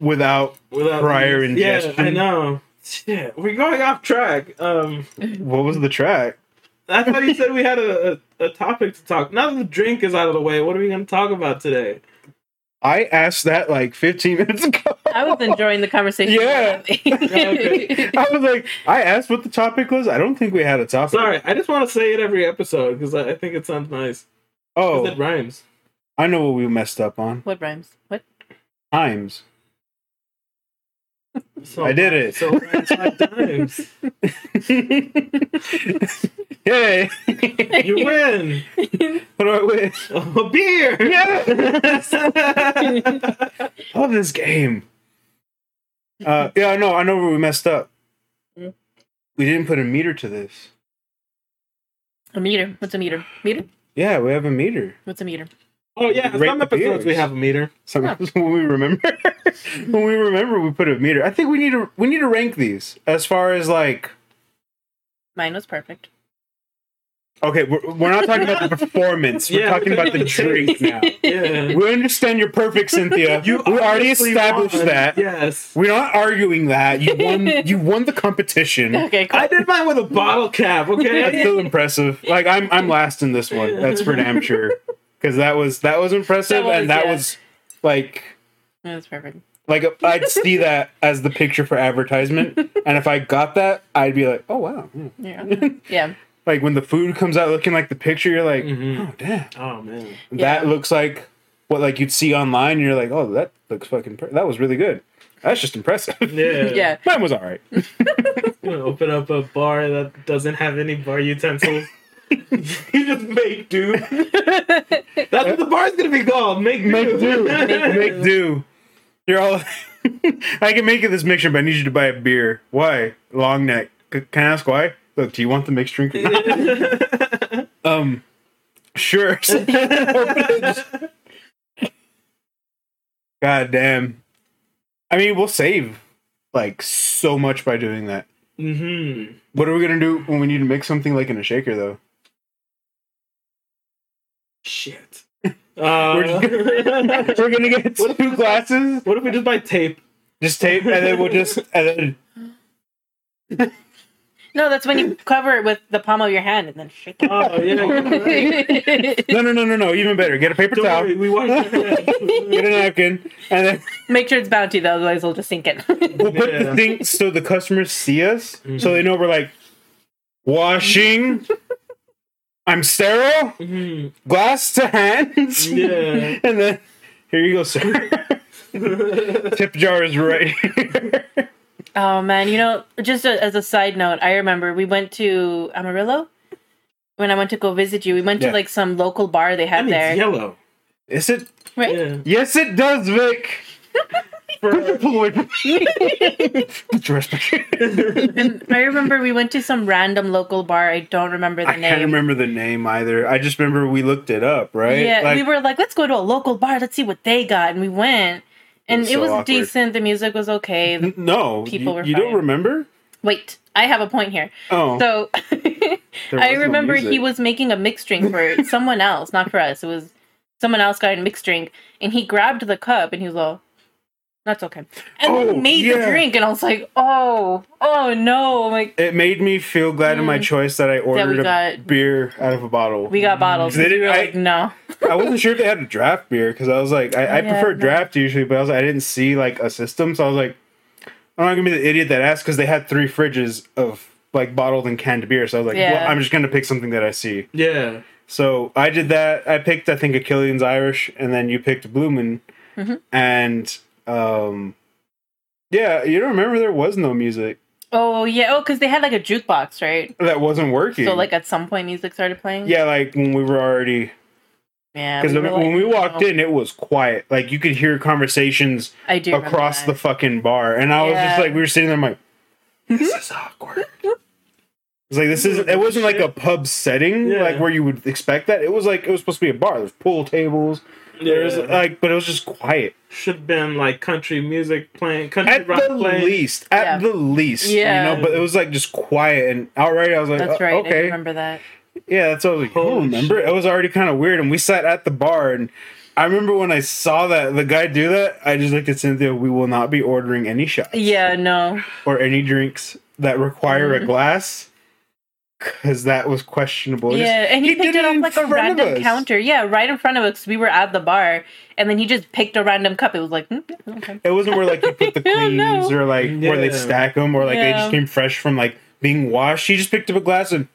S1: without
S2: without
S1: prior
S2: these- yeah
S1: ingestion.
S2: i know shit we're going off track um
S1: what was the track?
S2: I thought you said we had a, a, a topic to talk. Now that the drink is out of the way, what are we going to talk about today?
S1: I asked that like 15 minutes ago.
S3: I was enjoying the conversation. we're
S1: Yeah.
S3: having.
S2: Okay.
S1: I was like, I asked what the topic was. I don't think we had a topic.
S2: Sorry, I just want to say it every episode because I, I think it sounds nice. 'Cause
S1: Oh,
S2: it rhymes.
S1: I know what we messed up on.
S3: What rhymes? What?
S1: Times.
S2: So,
S1: I did it.
S2: So it rhymes five times.
S1: Yay!
S2: You win
S1: What do I win?
S2: a beer.
S1: Yes! Love this game. Uh, yeah, I know. I know where we messed up.
S3: Mm.
S1: We didn't put a meter to this.
S3: A meter. What's a meter? Meter?
S1: Yeah, we have a meter.
S3: What's a meter?
S2: Oh yeah,
S1: Rate
S2: some
S1: the
S2: episodes we
S1: beers.
S2: have a meter.
S1: Sometimes when we remember, when we remember, we put a meter. I think we need to we need to rank these as far as like
S3: Mine was perfect.
S1: Okay, we're, we're not talking about the performance. We're
S2: Yeah,
S1: talking about the drink now.
S2: Yeah.
S1: We understand you're perfect, Cynthia. we already
S2: obviously
S1: established
S2: won.
S1: that.
S2: Yes.
S1: We're not arguing that. You won. You won the competition.
S3: okay, cool.
S2: I did mine with a bottle cap,
S1: That's
S2: okay?
S1: still impressive. Like I'm, I'm last in this one. That's for damn sure. Because that was that was impressive,
S3: That was,
S1: and that
S3: yeah.
S1: was like
S3: That's perfect.
S1: like I'd see that as the picture for advertisement, and if I got that, I'd be like, oh wow. yeah.
S3: Yeah. yeah.
S1: Like when the food comes out looking like the picture, you're like,
S2: Mhm.
S1: oh damn,
S2: Oh man.
S1: that
S3: Yeah.
S1: looks like what like you'd see online. And you're like, oh that looks fucking. Pr- that was really good. That's just impressive.
S2: Yeah.
S3: Yeah.
S1: Mine was all right.
S2: You wanna open up a bar that doesn't have any bar utensils. you just make do. That's what the bar's gonna be called. Make do.
S1: Make do. Make do. You're all. I can make you this mixture, but I need you to buy a beer. Why? Long neck. C- Can I ask why? Look, do you want the mixed drink? Or not? um, sure. God damn. I mean, we'll save like so much by doing that.
S2: mm-hmm.
S1: What are we gonna do when we need to mix something like in a shaker, though?
S2: Shit.
S1: We're
S2: Uh,
S1: We're gonna get
S2: What if
S1: two
S2: we just-
S1: glasses,
S2: what if we just buy tape?
S1: just tape, and then we'll just and then
S3: No, that's when you cover it with the palm of your hand and then shake it.
S2: Oh yeah.
S1: No, no, no, no, no. Even better. Get a paper
S2: Don't
S1: towel.
S2: worry, we wash it.
S1: Get a napkin, and then
S3: Make sure it's bounty though, otherwise we'll just sink it.
S1: we'll put
S2: Yeah.
S1: the thing so the customers see us, so they know we're like washing. I'm sterile.
S2: Mhm.
S1: Glass to hands.
S2: Yeah.
S1: And then here you go, sir. Tip jar is right. here.
S3: oh man, you know, just a, as a side note, I remember we went to Amarillo when I went to go visit you. We went
S1: Yeah.
S3: to like some local bar they
S2: That
S3: had
S2: means
S3: there,
S2: yellow.
S1: is it?
S3: right?
S2: Yeah.
S1: Yes, it does, Vic.
S2: For-
S1: Pull away from Put your rest back.
S3: And I remember we went to some random local bar. I don't remember the
S1: I
S3: name.
S1: can't remember the name either. I just remember we looked it up, right?
S3: Yeah,
S1: Like-
S3: we were like, let's go to a local bar. Let's see what they got, and we went, and it
S1: was
S3: was,
S1: so awkward. Mm-hmm.
S3: decent. The music was okay.
S1: N- no. you,
S3: People were
S1: you don't
S3: fine.
S1: remember?
S3: Wait, I have a point here.
S1: Oh.
S3: So
S1: there
S3: I
S1: was no
S3: remember he
S1: music.
S3: was making a mixed drink for someone else, not for us. It was someone else got a mixed drink, and he grabbed the cup and he was all, "That's okay," and
S1: Oh,
S3: then made
S1: yeah.
S3: the drink, and I was like, "Oh, oh no!" I'm like,
S1: It made me feel glad in my choice that I ordered a
S3: Mm. got-
S1: beer out of a bottle.
S3: "We got bottles."
S1: They didn't-
S3: We were
S1: I-
S3: like, no,
S1: I wasn't sure if they had a draft beer because I was like, I, I
S3: Yeah,
S1: prefer
S3: no.
S1: draft usually, but I was like, I didn't see like a system, so I was like, "Oh, I'm not gonna be the idiot that asked because they had three fridges of like bottled and canned beer. So I was like,
S3: Yeah.
S1: well, I'm just gonna pick something that I see.
S2: yeah.
S1: So I did that. I picked I think a Killian's Irish, and then you picked Bloomin',
S3: Mhm.
S1: and um, yeah, you don't remember there was no music
S3: oh yeah, oh because they had like a jukebox, right?
S1: that wasn't working.
S3: So like at some point, music started playing.
S1: yeah, like when we were already
S3: yeah.
S1: Because
S3: we were
S1: when when
S3: like,
S1: we walked
S3: "No."
S1: in, it was quiet. Like you could hear conversations
S3: I do remember
S1: across
S3: that.
S1: the fucking bar, and I was just
S3: Yeah. Mm-hmm.
S1: like, we were sitting there, I'm like, this is awkward. It's like this is. It wasn't like a pub setting,
S2: Yeah.
S1: like where you would expect that. It was like it was supposed to be a bar. There's pool tables. There's like, but it was just quiet.
S2: should have been like country music playing, country
S1: At
S2: rock
S1: the
S2: playing.
S1: least, at
S3: Yeah.
S1: the least,
S3: Yeah.
S1: you know. But it was like just quiet and outright. I was like,
S3: That's
S1: "Oh,
S3: right. I do
S1: okay,
S3: remember that.
S1: Yeah, that's what I was like. I don't
S2: Holy
S1: remember.
S2: shit.
S1: It was already kind of weird, and we sat at the bar, and I remember when I saw that the guy do that, I just looked at Cynthia. We will not be ordering any shots
S3: Yeah, Mm-hmm. no.
S1: or any drinks that require a glass, because that was questionable. Just-
S3: yeah, and he, picked it up
S1: in
S3: like a
S1: front of
S3: random
S1: us.
S3: counter. Yeah, right in front of us. We were at the bar, and then he just picked a random cup. It was like, mm, yeah, okay.
S1: It wasn't where like you put the
S3: I don't
S1: queens
S3: know.
S1: or like where they
S2: Yeah.
S1: stack them or like they just
S3: Yeah.
S1: came fresh from like being washed. She just picked up a glass and.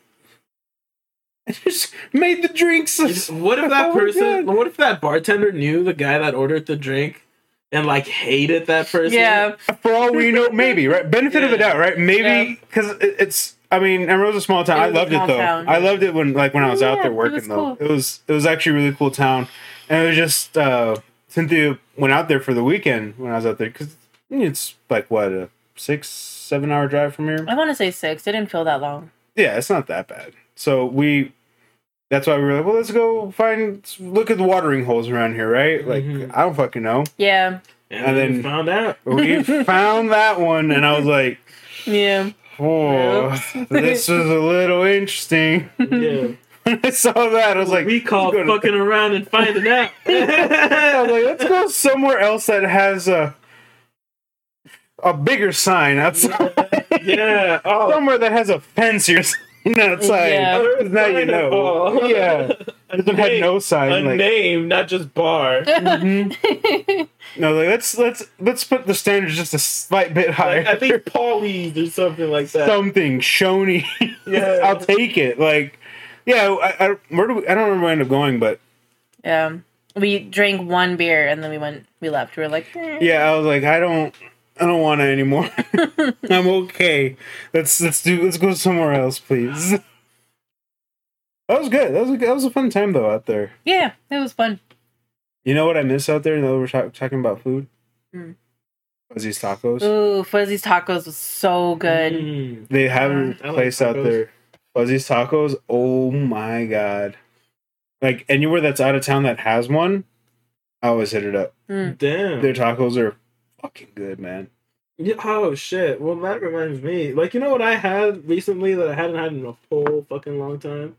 S1: Just made the drinks.
S2: What if
S1: Oh
S2: that
S1: my
S2: person?
S1: God.
S2: What if that bartender knew the guy that ordered the drink, and like hated that person?
S3: Yeah,
S1: for all we know, maybe right. Benefit of a
S2: Yeah.
S1: doubt, right? Maybe because it, it's. I mean, Emerald's a small town.
S3: It
S1: I
S3: was a
S1: loved it
S3: small
S1: though.
S3: town.
S1: I loved it when like when I was out
S3: Yeah,
S1: there
S3: it
S1: working
S3: was
S1: though.
S3: cool.
S1: It was it was actually a really cool town, and it was just uh, Cynthia went out there for the weekend when I was out there because it's like what a six seven hour drive from here.
S3: I want to say six. It didn't feel that long.
S1: Yeah, it's not that bad. So we. That's why we were like, well, let's go find, look at the watering holes around here, right? Like,
S2: Mhm.
S1: I don't fucking know.
S3: Yeah,
S2: and,
S1: And
S2: then
S1: then-
S2: found out.
S1: We found that one, and I was like,
S3: yeah.
S1: Oh,
S3: Oops.
S1: this is a little interesting.
S2: Yeah,
S1: when I saw that, I was like,
S2: we call
S1: "Let's go to-
S2: fucking around and finding out.
S1: I was like, let's go somewhere else that has a a bigger sign outside.
S2: yeah. Oh,
S1: somewhere that has a fancier sign outside.
S3: Yeah.
S1: 'Cause Now you know.
S2: Pineapple.
S1: Yeah. This one had no
S2: a
S1: sign. Like,
S2: name, not just bar.
S1: mhm. No, like let's let's let's put the standards just a slight bit higher.
S2: Like, I think Paulies or something like that.
S1: something shony.
S2: Yeah.
S1: I'll take it. Like, yeah, I, I where do we, I don't remember where I ended up going, but
S3: Yeah. We drank one beer and then we went, we left. We were like, eh.
S1: yeah, I was like, I don't, I don't want it anymore. I'm okay. Let's let's do let's go somewhere else, please. That was good. That was a, that was a fun time though out there.
S3: yeah, it was fun.
S1: You know what I miss out there? Now that we're ta- talking about food,
S3: Hmm.
S1: Fuzzy's tacos.
S3: Ooh, Fuzzy's Tacos was so good.
S2: Mm.
S1: They have a
S2: I like
S1: place out
S2: tacos.
S1: there. Fuzzy's tacos. Oh my god! Like anywhere that's out of town that has one, I always hit it up.
S3: Mm.
S2: Damn.
S1: Their tacos are fucking good, man.
S2: Yeah, oh shit. Well, that reminds me. Like, you know what I had recently that I hadn't had in a whole fucking long time?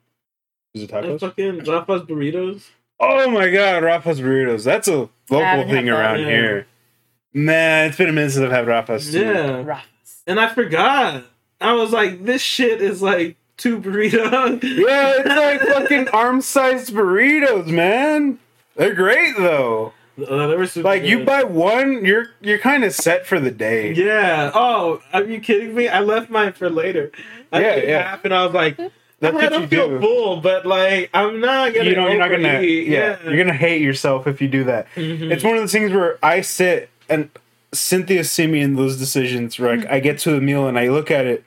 S1: Is it
S2: I
S1: tacos?
S2: fucking Rafa's burritos.
S1: Oh my god, Rafa's burritos. That's a local
S3: haven't had
S1: thing
S3: that.
S1: around
S2: Yeah.
S1: here. Man, it's been a minute since I've had Rafa's. too.
S2: Yeah.
S3: Ruffs.
S2: And I forgot. I was like, this shit is like two burritos.
S1: Yeah, it's like fucking arm-sized burritos, man. They're great though.
S2: Uh, they were super
S1: Like you
S2: good.
S1: buy one, you're you're kind of set for the day.
S2: Yeah. Oh, are you kidding me? I left mine for later. I
S1: Yeah,
S2: yeah, yeah.
S1: yeah.
S2: Half, and I was like,
S1: That's
S2: I
S1: what you
S2: don't feel
S1: do.
S2: full, but like, I'm not gonna.
S1: you know you're not gonna
S2: overeat.
S1: yeah, you're gonna hate yourself if you do that
S2: Mhm.
S1: it's one of those things where i sit and cynthia see me in those decisions where like, i get to a meal and i look at it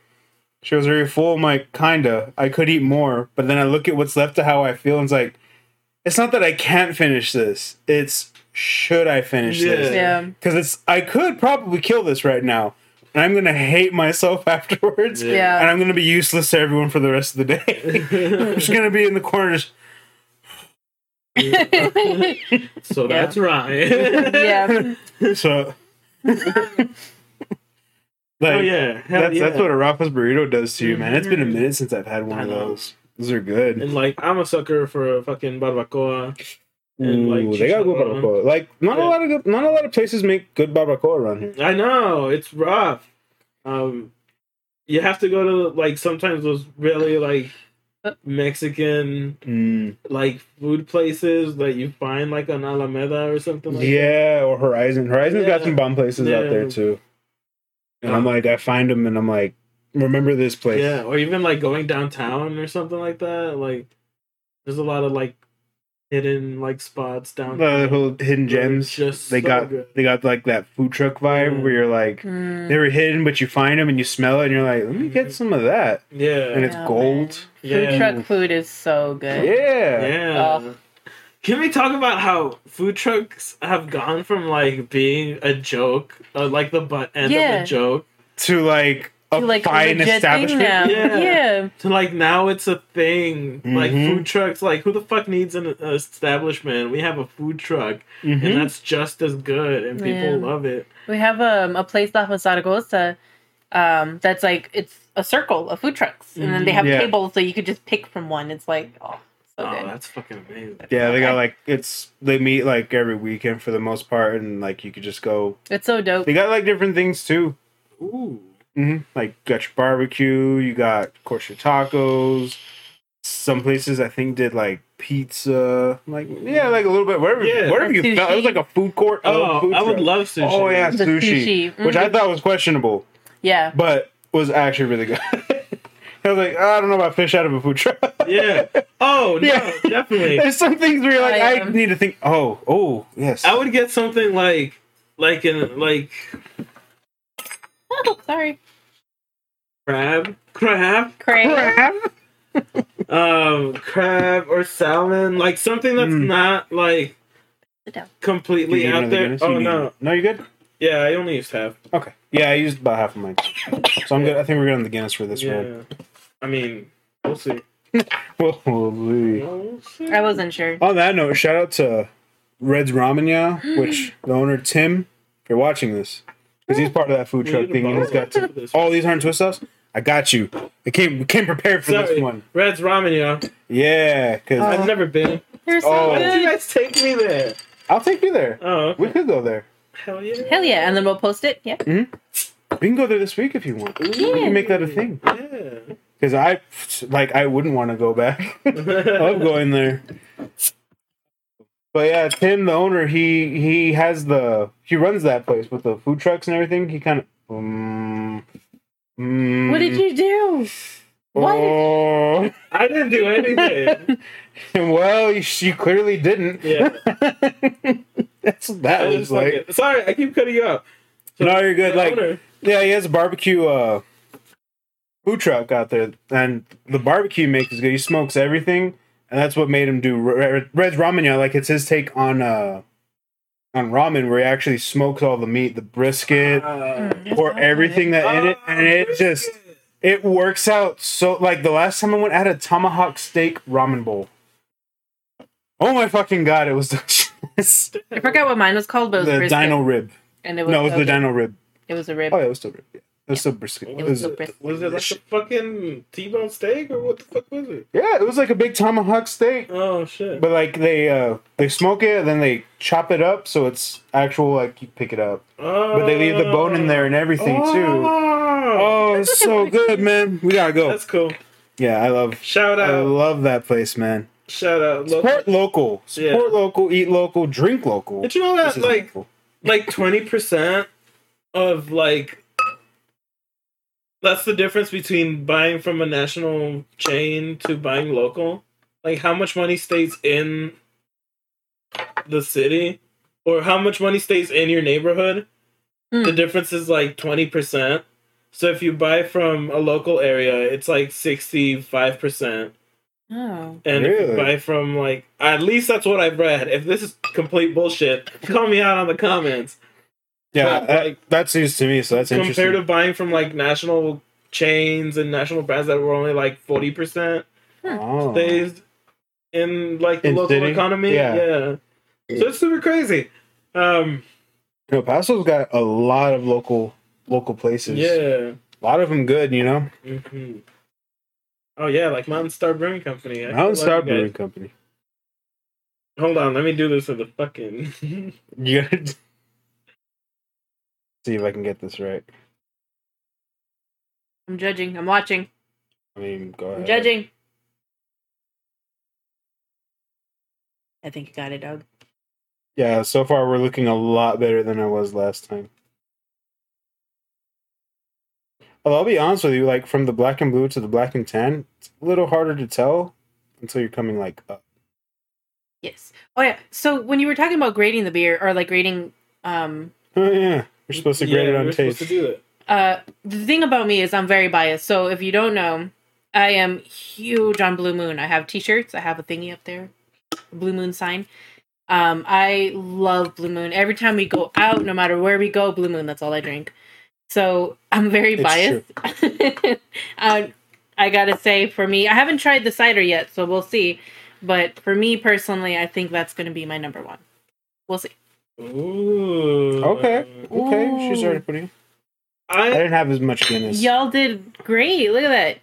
S1: she goes are you full i'm like kinda i could eat more but then i look at what's left of how i feel and it's like it's not that i can't finish this it's should i finish this
S3: Yeah.
S1: because it's i could probably kill this right now and i'm gonna hate myself afterwards
S2: Yeah.
S3: Yeah.
S1: and i'm gonna be useless to everyone for the rest of the day i'm just gonna be in the corner just
S2: So
S3: Yeah.
S2: that's right.
S3: yeah.
S1: So, like,
S2: Oh yeah, Hell
S1: that's
S2: yeah. Mm-hmm.
S1: that's what a Rafa's burrito does to you, man. It's been a
S3: Mhm.
S1: minute since I've had one
S2: I
S1: of
S2: know.
S1: those. Those are good.
S2: And like, I'm a sucker for a fucking barbacoa. and, like,
S1: Ooh, they got good
S2: chicharrón.
S1: barbacoa. Like, not
S2: Yeah.
S1: a lot of good, not a lot of places make good barbacoa around here.
S2: I know it's rough. Um, you have to go to like sometimes those really like Mexican like food places that you find like on Alameda or something like that.
S1: Yeah, or Horizon. Horizon's got
S2: Yeah.
S1: some bomb places out there
S2: Yeah. Uh-huh.
S1: too. And I'm like, I find them, and I'm like, remember this place?
S2: Yeah, or even like going downtown or something like that. Like there's a lot of like hidden like spots down
S1: the little hidden gems.
S2: just
S1: they
S2: so
S1: got
S2: good.
S1: they got like that food truck vibe
S2: Yeah.
S1: where you're like,
S3: Mm.
S1: they were hidden, but you find them and you smell it, and you're like, let me
S2: Mm-hmm.
S1: get some of that. And
S2: Yeah.
S1: it's
S3: Oh,
S1: gold.
S3: Food
S2: Yeah.
S3: truck food is so good.
S1: Yeah.
S2: Yeah.
S3: Oh.
S2: Can we talk about how food trucks have gone from like being a joke, uh, like the butt end of
S3: Yeah.
S2: a joke,
S1: To like a
S3: You, like
S1: fine
S3: legit thing
S1: establishment.
S3: now.
S2: Yeah.
S3: Yeah.
S2: to like now it's a thing? Like
S1: Mhm.
S2: food trucks, like who the fuck needs an establishment? We have a food truck.
S1: Mhm.
S2: and that's just as good and people
S3: Yeah.
S2: love it
S3: We have um, a place off of Saragossa um, that's like, it's a circle of food trucks. And then they have
S1: Mm-hmm. Yeah.
S3: tables so you could just pick from one. It's like, oh, so
S2: oh
S3: good.
S2: that's fucking amazing
S1: Yeah, they got
S3: I-
S1: like it's they meet like every weekend for the most part, and like you could just go.
S3: It's so dope.
S1: They got like different things too.
S2: ooh
S1: hmm Like you got your barbecue, you got of course your tacos. Some places I think did like pizza, like yeah, like a little bit wherever
S2: Yeah.
S1: wherever you
S3: Sushi.
S1: felt. It was like a food court. of
S2: oh
S1: food
S2: i would
S1: truck,
S2: love sushi
S1: Oh, yeah.
S3: The
S1: sushi.
S3: sushi.
S1: which I
S3: Mhm.
S1: thought was questionable.
S3: Yeah.
S1: but was actually really good. I was like, "Oh, I don't know about fish out of a food truck.
S2: yeah oh no
S1: Yeah.
S2: definitely
S1: There's some things where you're like,
S3: I
S1: I,
S3: am-
S1: need to think. Oh, oh, yes.
S2: i would get something like like in like
S3: Oh, sorry.
S2: crab crab
S3: Craig.
S1: Crab.
S2: um crab or salmon like something that's
S1: Mm.
S2: not like
S3: Sit down.
S1: You
S2: completely
S1: need
S2: out
S1: another
S2: there
S1: Guinness? You
S2: oh
S1: need-
S2: no
S1: No, you good?
S2: yeah i only used half
S1: Okay. Yeah, I used about half of mine, so I'm good. I think we're good on the Guinness for this one.
S2: yeah i mean we'll see
S1: Holy.
S2: We'll see.
S3: I wasn't sure.
S1: On that note, shout out to Red's Ramen Ya, which the owner Tim, if you're watching this, because he's part of that food
S2: We
S1: truck
S2: need a
S1: thing, and he's
S2: bottle
S1: got to,
S2: of this.
S1: all these aren't twist offs. I got you. I came came prepared for
S2: Sorry.
S1: this one.
S2: Red's Ramen, y'all.
S1: Yeah,
S3: Oh.
S1: because
S2: I've
S3: Uh,
S2: never been.
S3: They're so
S1: Oh.
S2: Why did you
S3: good.
S2: guys take me there?
S1: I'll take you there.
S2: Oh,
S1: We could go there.
S2: hell yeah.
S3: Hell yeah. And then we'll post it. Yep.
S1: We can go there this week if you want. We
S3: Yeah.
S1: can make that a thing.
S2: Yeah.
S1: Because I like I wouldn't want to go back. I love going there. But yeah, Tim, the owner, he he has the he runs that place with the food trucks and everything. He kind of. Mm, mm,
S3: What did you do? What?
S1: Oh.
S2: I didn't do anything.
S1: well, you, you clearly didn't.
S2: Yeah.
S1: That's what that
S2: I
S1: was
S2: just
S1: like.
S2: fucking- Sorry, I keep cutting you off.
S1: No, you're good.
S2: The
S1: Like,
S2: owner-
S1: yeah, he has a barbecue uh, food truck out there, and the barbecue he makes is good. He smokes everything, and that's what made him do Red Red's ramen. You know, like it's his take on uh, on ramen, where he actually smokes all the meat, the brisket,
S2: Uh, Oh,
S3: Mm, it's
S1: or
S3: not
S1: everything that in it, and it just it works out so. Like the last time I went, I had a tomahawk steak ramen bowl. Oh my fucking god, it was delicious.
S3: good. I forgot what mine was called, but it was
S1: the
S3: brisket.
S1: dino rib.
S3: And it was,
S1: No, it was
S3: so
S1: the
S3: good.
S1: dino rib.
S3: It was a rib.
S1: Oh, yeah, it was still rib. Yeah. It was still brisket.
S3: It
S1: It
S3: was
S1: was-
S3: so brisket.
S2: Was it like a fucking T-bone steak or what the fuck was it?
S1: yeah, it was like a big tomahawk steak.
S2: Oh shit.
S1: But like they uh they smoke it and then they chop it up so it's actual like you pick it up. But they leave the bone in there and everything too.
S2: Oh,
S1: Oh, it's so good, man. We gotta go.
S2: that's cool.
S1: Yeah, I love
S2: Shout
S1: I
S2: out,
S1: love that place, man.
S2: shout out. Look,
S1: Support local. Support local, eat local, drink local.
S2: did you know that
S1: This is
S2: like
S1: local.
S2: like twenty percent of like that's the difference between buying from a national chain to buying local. Like how much money stays in the city, or how much money stays in your neighborhood.
S3: Mm.
S2: The difference is like twenty percent. So if you buy from a local area, it's like sixty five percent.
S3: Oh.
S2: And if you
S1: Really?
S2: buy from like at least that's what I've read. If this is complete bullshit, call me out on the comments.
S1: Yeah,
S2: but,
S1: that,
S2: like,
S1: that's news to me, so that's
S2: Compared to
S1: interesting.
S2: buying from like national chains and national brands that were only like forty percent
S1: Oh.
S2: stays in like the
S1: In
S2: local
S1: city?
S2: economy.
S1: Yeah.
S2: yeah. So it's super crazy. Um
S1: El Paso's got a lot of local local places.
S2: yeah.
S1: A lot of them good, you know.
S2: Mhm. Oh yeah, like Mountain Star Brewing Company. I
S1: Mountain
S2: feel
S1: Star
S2: like you guys-
S1: Brewing Company.
S2: Hold on, let me do this with the fucking
S1: You gotta see if I can get this right.
S3: I'm judging. I'm watching.
S1: I mean, go
S3: I'm
S1: ahead.
S3: judging. I think you got it, dog.
S1: Yeah, so far we're looking a lot better than I was last time. Although I'll be honest with you, like from the black and blue to the black and tan, it's a little harder to tell until you're coming like up.
S3: Yes. Oh yeah. So when you were talking about grading the beer or like grading um
S1: Oh yeah, you're supposed to grade
S2: Yeah,
S1: it on
S2: we're supposed
S1: taste.
S2: to do it.
S3: uh the thing about me is I'm very biased. So if you don't know, I am huge on Blue Moon. I have t-shirts, I have a thingy up there. a Blue Moon sign. Um I love Blue Moon. Every time we go out, no matter where we go, Blue Moon, that's all I drink. So I'm very
S1: It's
S3: biased. um, I got to say for me, I haven't tried the cider yet, so we'll see. But for me personally, I think that's going to be my number one. We'll see.
S2: Ooh.
S1: Okay, okay, she's
S3: Ooh.
S1: already pretty. I
S2: I
S1: didn't have as much Guinness.
S3: Y'all did great. Look at that.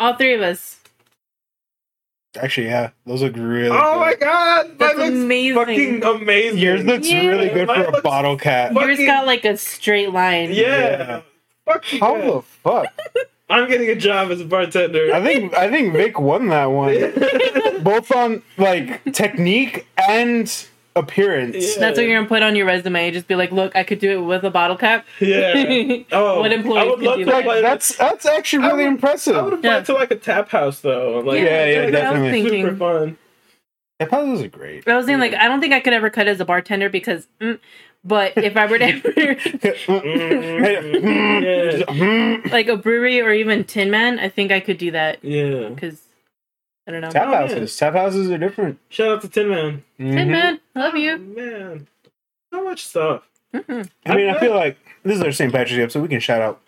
S3: All three of us.
S1: Actually, yeah, those look really.
S2: oh my
S1: good.
S2: god, that
S3: That's
S2: looks
S3: amazing.
S2: fucking amazing.
S1: Yours looks
S3: Yeah.
S1: really good
S2: Mine
S1: for a
S2: looks-
S1: bottle cap.
S2: Fuck
S3: Yours
S2: fucking-
S3: got like a straight line.
S2: yeah. Fucking
S1: How
S2: good.
S1: the fuck?
S2: I'm getting a job as a bartender.
S1: I think I think Vic won that one, both on like technique and appearance.
S2: Yeah.
S3: That's what you're gonna put on your resume. Just be like, look, I could do it with a bottle cap.
S2: yeah. Oh,
S3: What employees
S2: I would
S3: could
S2: love
S3: do
S2: to
S3: that.
S1: Like
S2: apply.
S1: that's that's actually
S2: I
S1: really
S2: would-
S1: impressive.
S2: I would apply
S3: Yeah.
S2: to like a tap house though. Like,
S1: Yeah, yeah,
S3: that's what I was
S1: definitely.
S3: thinking.
S2: super fun.
S1: That puzzles are great.
S3: I was thinking like, I don't think I could ever cut as a bartender because, mm, but if I were to ever
S2: Mm-hmm. yeah.
S1: Tap
S3: like a brewery or even Tin Man, I think I could do that
S2: yeah.
S3: because I don't know.
S2: Oh, yeah.
S1: houses. Tap houses are different.
S2: Shout out to Tin Man.
S3: Tin
S1: Mhm.
S3: Man, love
S2: Oh,
S3: you.
S2: man. So much stuff.
S3: Mhm.
S1: I mean, I feel like this is our St. Patrick's Day, so we can shout out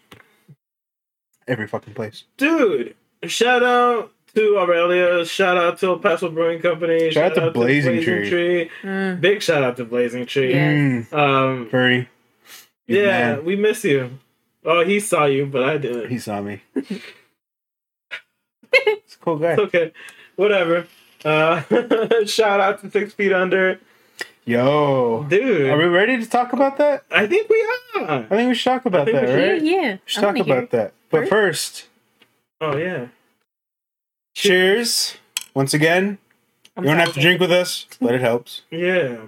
S1: every fucking place.
S2: Dude, shout out to Aurelia. Shout out to El Paso Brewing Company.
S1: Shout out to Blazing Tree.
S3: Mm.
S2: Big shout out to Blazing Tree.
S3: Yeah. Yes.
S1: Mm,
S2: Um,
S1: Bernie. Good
S2: yeah,
S1: man.
S2: we miss you. Oh, he saw you, but I didn't.
S1: He saw me. It's a cool guy.
S2: It's okay. Whatever. Uh, shout out to Six Feet Under.
S1: Yo.
S2: Dude,
S1: Are we ready to talk about that?
S2: I think we are.
S1: I think we should talk about
S2: think
S1: that,
S2: we
S1: right?
S3: Yeah,
S1: We
S3: yeah.
S1: should
S3: I wanna
S1: talk about
S3: hear.
S1: that. But first,
S2: Oh, yeah.
S1: cheers. Once again,
S3: I'm
S1: you don't
S3: sorry,
S1: have to drink with us, but it helps.
S2: Yeah.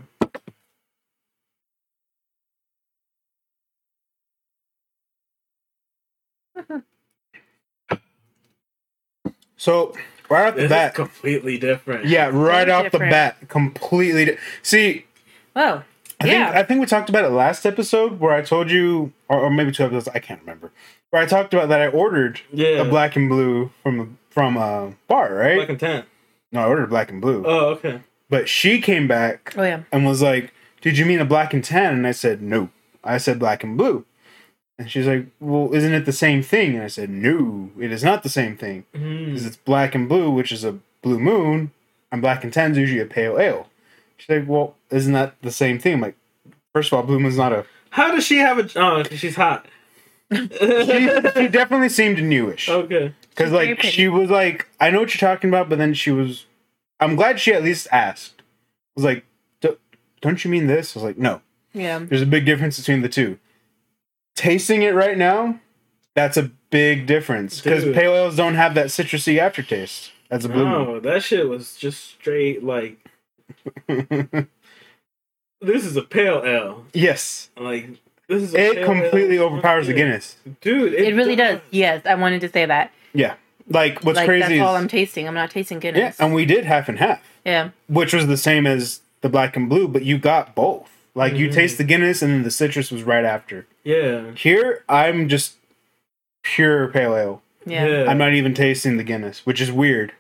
S1: So, right off
S2: This
S1: the
S2: is
S1: bat,
S2: completely different.
S1: yeah, right
S3: Very
S1: off the
S3: different.
S1: bat, completely. Di- See,
S3: Whoa.
S1: I
S3: Oh, yeah.
S1: think I think we talked about it last episode where I told you, or, or maybe two episodes, I can't remember. Where I talked about that I ordered
S2: Yeah.
S1: a black and blue from from a bar, right?
S2: Black and tan.
S1: no, I ordered black and blue,
S2: Oh, okay.
S1: but she came back
S3: oh yeah.
S1: and was like, "Did you mean a black and tan?" And I said, "No, I said black and blue." And she's like, "Well, isn't it the same thing?" And I said, "No, it is not the same thing
S2: Mm.
S1: because it's black and blue, which is a blue moon, and black and tan is usually a pale ale." She's like, "Well, isn't that the same thing?" I'm like, first of all, blue moon's not a."
S2: How does she have a? Oh, she's hot.
S1: She, she definitely seemed newish.
S2: okay.
S1: Because
S3: She's very
S1: like
S3: pretty.
S1: she was like, I know what you're talking about, but then she was. I'm glad she at least asked. I was like, "D- don't you mean this? I was like, no.
S3: Yeah.
S1: There's a big difference between the two. Tasting it right now, that's a big difference because
S2: Dude.
S1: pale ales don't have that citrusy aftertaste. That's a blue.
S2: Oh, that shit was just straight like
S1: moon.
S2: this is a pale L.
S1: yes,
S2: Like this is. A
S1: it
S2: pale
S1: completely
S2: ale.
S1: overpowers the
S2: Yeah.
S1: Guinness.
S2: Dude,
S3: It, really does. Yes, I wanted to say that.
S1: Like what's
S3: like
S1: crazy
S3: that's
S1: is
S3: all I'm tasting. I'm not tasting
S1: yeah,
S3: Guinness. Yeah.
S1: and we did half and half. which was the same as the black and blue, but you got both. Like you
S2: Mhm.
S1: taste the Guinness and then the citrus was right after.
S2: Yeah.
S1: Here, I'm just pure pale ale.
S3: Yeah.
S1: I'm not even tasting the Guinness, which is weird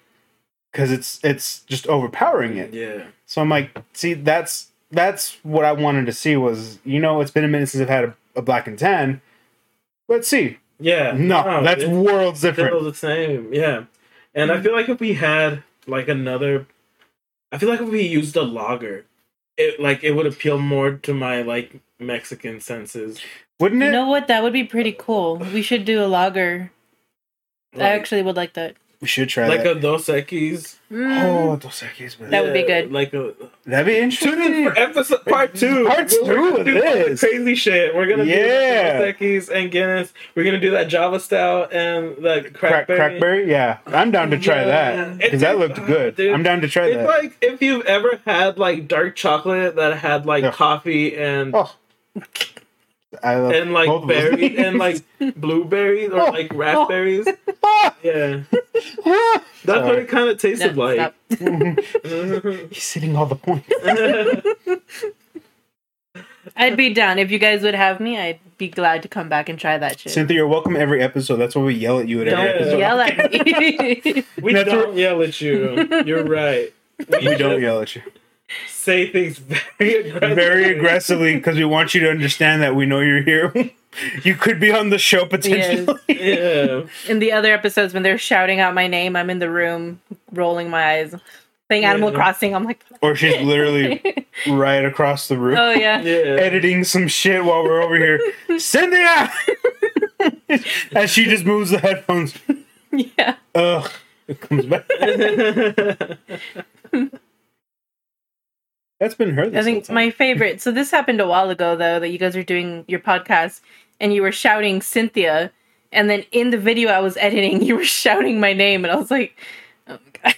S1: because it's it's just overpowering it.
S2: Yeah.
S1: So I'm like, see, that's that's what I wanted to see was you know it's been a minute since I've had a, a black and tan. Let's see.
S2: Yeah. Oh,
S1: No, that's
S2: it-
S1: worlds
S2: still
S1: different.
S2: the same. Yeah. And
S1: Hmm.
S2: I feel like if we had like another I feel like if we used a lager, it like it would appeal more to my like Mexican senses.
S1: Wouldn't
S3: You
S1: it?
S3: know what? That would be pretty cool. We should do a lager. I
S2: Like,
S3: actually would like that. Mm,
S1: we should try
S2: like
S1: that.
S2: a Dos Equis.
S1: oh, Dos Equis, man.
S3: That would be good.
S2: Like a
S1: That'd be
S2: tune in
S1: interesting.
S2: for episode part two.
S1: Part two
S2: We're gonna
S1: of
S2: do all the
S1: this.
S2: crazy shit. We're gonna
S1: Yeah.
S2: do the Dos Equis and Guinness. We're gonna do that Java style and the
S1: Crack,
S2: crackberry.
S1: crackberry, yeah, I'm down to try
S2: Yeah.
S1: that
S2: It
S1: because that
S2: tastes-
S1: looked good.
S2: Dude,
S1: I'm down to try
S2: It's
S1: that.
S2: like if you've ever had like dark chocolate that had like
S1: Yeah.
S2: coffee and
S1: Oh, I love
S2: and like
S1: both of those
S2: berries and like
S1: names.
S2: blueberries or
S1: Oh.
S2: like raspberries.
S1: Ah!
S2: Yeah, that's
S1: Uh,
S2: what it kind of tasted
S3: No,
S2: like.
S3: stop.
S1: He's hitting all the points.
S3: I'd be down if you guys would have me. I'd be glad to come back and try that shit.
S1: Cynthia, you're welcome every episode. That's why we yell at you at every
S2: Yeah.
S1: episode.
S3: Don't yell at me.
S2: we
S1: That's
S2: don't yell at you. You're right.
S1: We don't
S2: just
S1: yell at you
S2: say things very aggressively.
S1: very aggressively because we want you to understand that we know you're here. you could be on the show
S3: yes.
S1: potentially.
S2: Yeah.
S3: In the other episodes, when they're shouting out my name, I'm in the room rolling my eyes, playing Animal
S2: Yeah.
S3: Crossing. I'm like,
S1: Or she's literally right across the room
S3: oh yeah.
S2: Yeah.
S1: editing some shit while we're over here. Cynthia! As she just moves the headphones.
S3: Yeah.
S1: Ugh. It comes back. That's been her this
S3: I think
S1: whole time.
S3: my favorite. So this happened a while ago though that you guys were doing your podcast and you were shouting Cynthia, and then in the video I was editing, you were shouting my name, and I was like, oh god.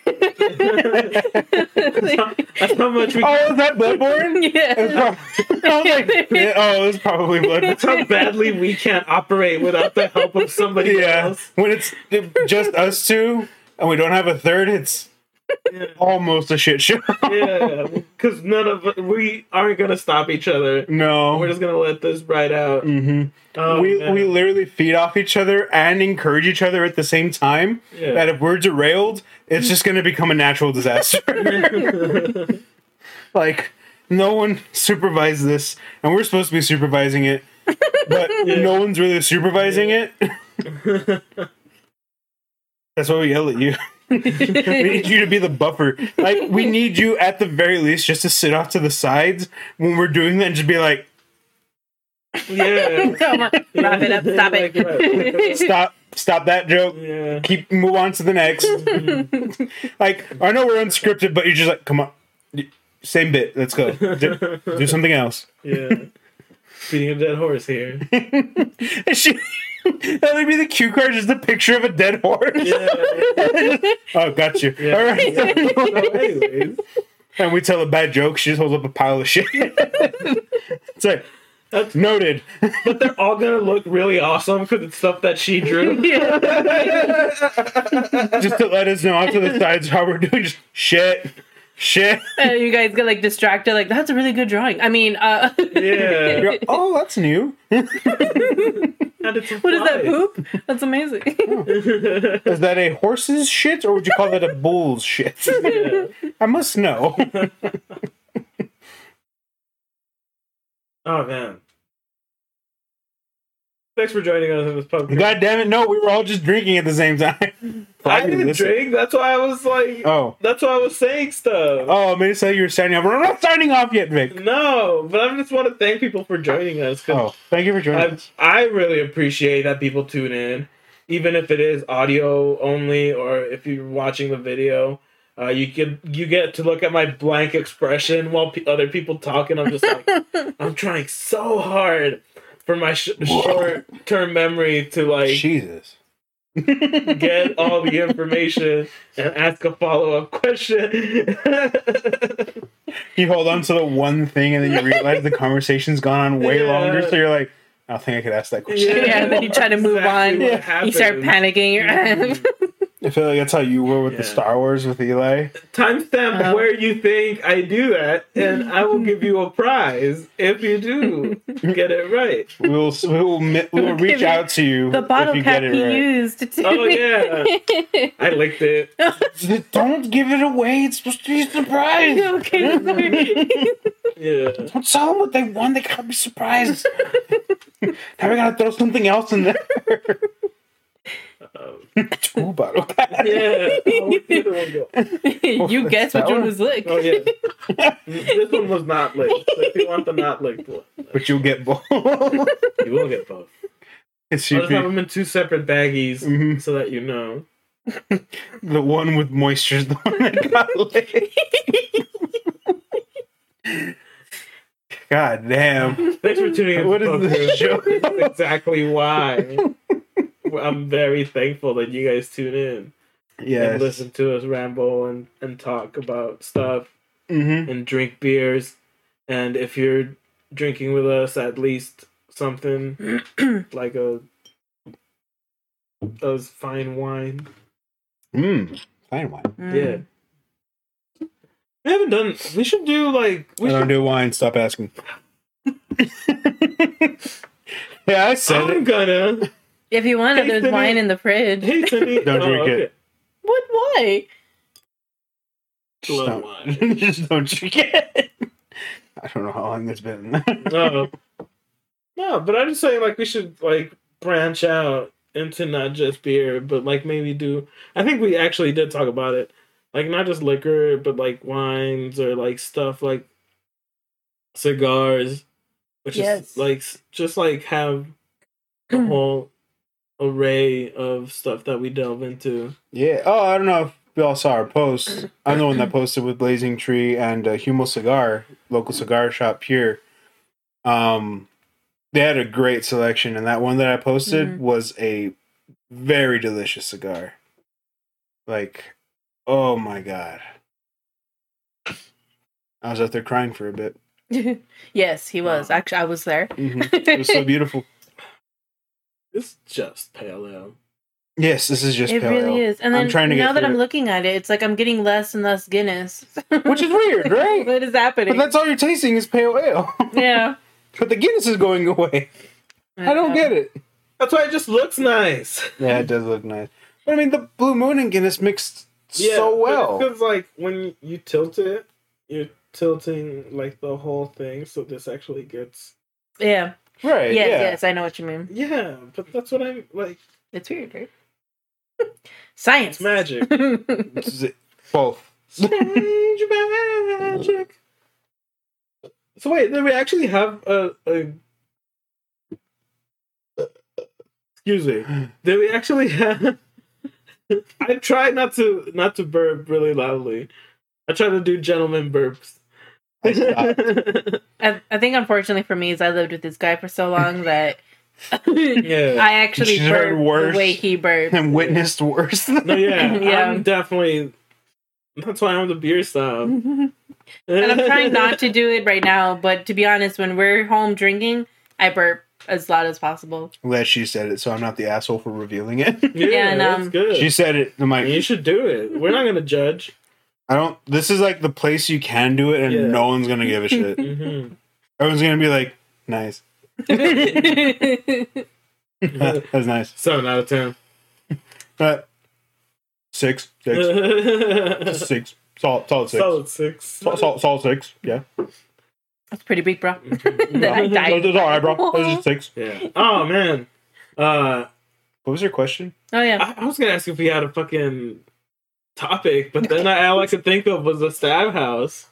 S2: that's how much we.
S1: Oh, is that Bloodborne? It was
S3: yeah.
S1: prob- I was like, yeah, oh, it was probably Bloodborne.
S2: That's how badly we can't operate without the help of somebody
S1: Yeah.
S2: else.
S1: When it's just us two and we don't have a third, it's
S2: Yeah.
S1: almost a shit show.
S2: Yeah, because none of we aren't gonna stop each other.
S1: No.
S2: We're just gonna let this ride out.
S1: hmm
S2: Oh,
S1: we
S2: man.
S1: we literally feed off each other and encourage each other at the same time.
S2: Yeah.
S1: That if we're derailed, it's just going to become a natural disaster. like no one supervised this, and we're supposed to be supervising it, but no one's really supervising it. That's why we yell at you. we need you to be the buffer. Like we need you at the very least just to sit off to the sides when we're doing that and just be like
S2: Yeah.
S3: Come on, wrap it up. Stop it.
S1: Stop stop that joke.
S2: yeah.
S1: Keep move on to the next. Like I know we're unscripted, but you're just like, come on, same bit. Let's go. Do, do something else.
S2: Yeah. Beating a dead horse here.
S1: And she, that would be the cue card, just a picture of a dead horse.
S2: Yeah.
S1: Oh, got you.
S2: Yeah.
S1: All right.
S2: So anyways,
S1: and we tell a bad joke. She just holds up a pile of shit. it's like
S2: That's-
S1: noted.
S2: but they're all gonna look really awesome because it's stuff that she drew.
S1: just to let us know off to the sides how we're doing. Just shit, shit.
S3: Uh, you guys get like distracted. Like that's a really good drawing. I mean, uh,
S2: Yeah.
S1: You're, oh, that's new.
S2: And it's a
S3: what is that
S2: fly.
S3: poop? That's amazing.
S1: Is that a horse's shit or would you call that a bull's shit?
S2: Yeah.
S1: I must know.
S2: Oh man. Thanks for joining us in this podcast.
S1: God damn it! No, we were all just drinking at the same time.
S2: I didn't drink. That's why I was like.
S1: Oh,
S2: That's why I was saying stuff.
S1: oh, I meant to say you were signing off. We're not signing off yet, Vic.
S2: No, but I just want to thank people for joining us. 'cause
S1: Oh, thank you for joining.
S2: I
S1: us.
S2: I really appreciate that people tune in, even if it is audio only or if you're watching the video. Uh, you get you get to look at my blank expression while pe other people talk, and I'm just like, I'm trying so hard for my sh- short term memory to like
S1: Jesus.
S2: get all the information and ask a follow up question.
S1: You hold on to the one thing and then you realize the conversation's gone on way
S2: Yeah.
S1: longer. So you're like, I don't think I could ask that question.
S3: Yeah, and then you try to move on.
S2: what
S3: you start
S2: happened.
S3: panicking. You're-
S1: I feel like that's how you were with the
S2: Yeah.
S1: Star Wars with Eli.
S2: timestamp
S3: Uh-huh.
S2: where you think I do that, and I will give you a prize if you do get it right.
S1: We will we will mi- we will reach out to you
S3: the bottle cap he used to.
S2: Oh yeah, I licked it.
S1: right. Don't give it away. It's supposed to be a surprise.
S3: okay, sorry.
S2: Yeah,
S1: Don't tell them what they won. They can't be surprised. now we gotta throw something else in there.
S2: Um,
S1: Two bottle caps.
S2: yeah. Oh, which one do I go?
S3: you guessed
S1: that
S3: which one
S1: one?
S3: was lick.
S2: Oh, yeah. This one was not licked. So if you want the not licked one,
S1: But you'll get both.
S2: you will get both.
S1: it's
S2: I'll just have
S1: your,
S2: them in two separate baggies
S1: Mhm.
S2: so that you know.
S1: the one with moisture is the one that got laid. God damn.
S2: Thanks for tuning in.
S1: What is this show?
S2: That's exactly why. I'm very thankful that you guys tune in and
S1: Yes.
S2: listen to us ramble and, and talk about stuff
S1: Mm-hmm.
S2: and drink beers. And if you're drinking with us, at least something like a a fine wine.
S1: Mm. Fine wine.
S3: Mm.
S2: Yeah. We haven't done. We should do like we
S1: I don't
S2: should.
S1: do wine. Stop asking. yeah, I said
S2: I'm
S1: it.
S2: gonna.
S3: If you want,
S2: Hey,
S3: there's
S2: Sydney.
S3: wine in the fridge.
S2: Hey, Cindy. Oh,
S1: Don't drink
S2: okay.
S1: it.
S3: What? Why?
S1: Just
S2: Blood
S1: don't, just don't drink it. I don't know how long that's been.
S2: No. No, but I'm just saying like we should like branch out into not just beer, but like maybe do I think we actually did talk about it. Like not just liquor, but like wines or like stuff like cigars. Which
S3: Yes.
S2: is like s- just like have a whole array of stuff that we delve into.
S1: yeah. Oh, I don't know if you all saw our post. I'm the one that posted with Blazing Tree and uh, Humo Cigar, local cigar shop here. Um, they had a great selection, and that one that I posted
S3: Mhm.
S1: was a very delicious cigar. Like, oh my god. I was out there crying for a bit.
S3: yes, he was.
S2: Wow.
S3: Actually, I was there.
S1: hmm It was so beautiful.
S2: It's just pale ale.
S1: Yes, this is just
S3: it
S1: pale
S3: really
S1: ale.
S3: is. And then
S1: I'm trying to get
S3: now that
S1: through
S3: I'm
S1: it.
S3: looking at it, it's like I'm getting less and less Guinness.
S1: Which is weird, right?
S3: what is happening?
S1: But that's all you're tasting is pale ale.
S3: yeah.
S1: but the Guinness is going away. I don't get it.
S2: That's why it just looks nice.
S1: Yeah, it does look nice. But I mean, the Blue Moon and Guinness mixed so well.
S2: Because like when you tilt it, you're tilting like the whole thing, so this actually gets.
S3: Yeah.
S1: Right.
S3: yes,
S1: yeah.
S3: yes, I know what you mean.
S2: Yeah, but that's what I'm like.
S3: It's weird, right? Science.
S2: It's magic.
S1: This is it. Both.
S2: Strange magic. So wait, then we actually have a, a Excuse me. Did we actually have? I tried not to not to burp really loudly. I tried to do gentleman burps.
S1: I stopped.
S3: I, I think unfortunately for me is I lived with this guy for so long that
S2: yeah.
S3: I actually
S1: She's heard
S3: burped
S1: worse.
S3: the way he burped.
S1: and witnessed worse. Than
S2: no, yeah.
S3: Yeah.
S2: I'm definitely. That's why I'm the beer style.
S3: and I'm trying not to do it right now, but to be honest, when we're home drinking, I burp as loud as possible.
S1: Glad she said it, so I'm not the asshole for revealing it.
S2: Yeah,
S3: Yeah, and,
S2: that's
S3: um,
S2: good.
S1: she said it. I'm
S2: you
S1: like,
S2: should do it. We're not gonna judge.
S1: I don't. This is like the place you can do it, and
S2: Yeah.
S1: no one's gonna give a shit.
S2: hmm
S1: Everyone's gonna be like, nice.
S3: That's
S1: That's nice.
S2: Seven out of ten.
S1: But six, six, six, solid, solid six, solid,
S2: Solid six.
S1: solid, solid six. Yeah,
S3: pretty big, bro.
S2: Mhm.
S3: That I
S1: No,
S3: died.
S1: That's all right, bro. That's just six.
S2: Yeah. Oh man. Uh,
S1: What was your question?
S3: Oh yeah.
S2: I, I was gonna ask if we had a fucking topic, but then I, all I could think of was the stab house.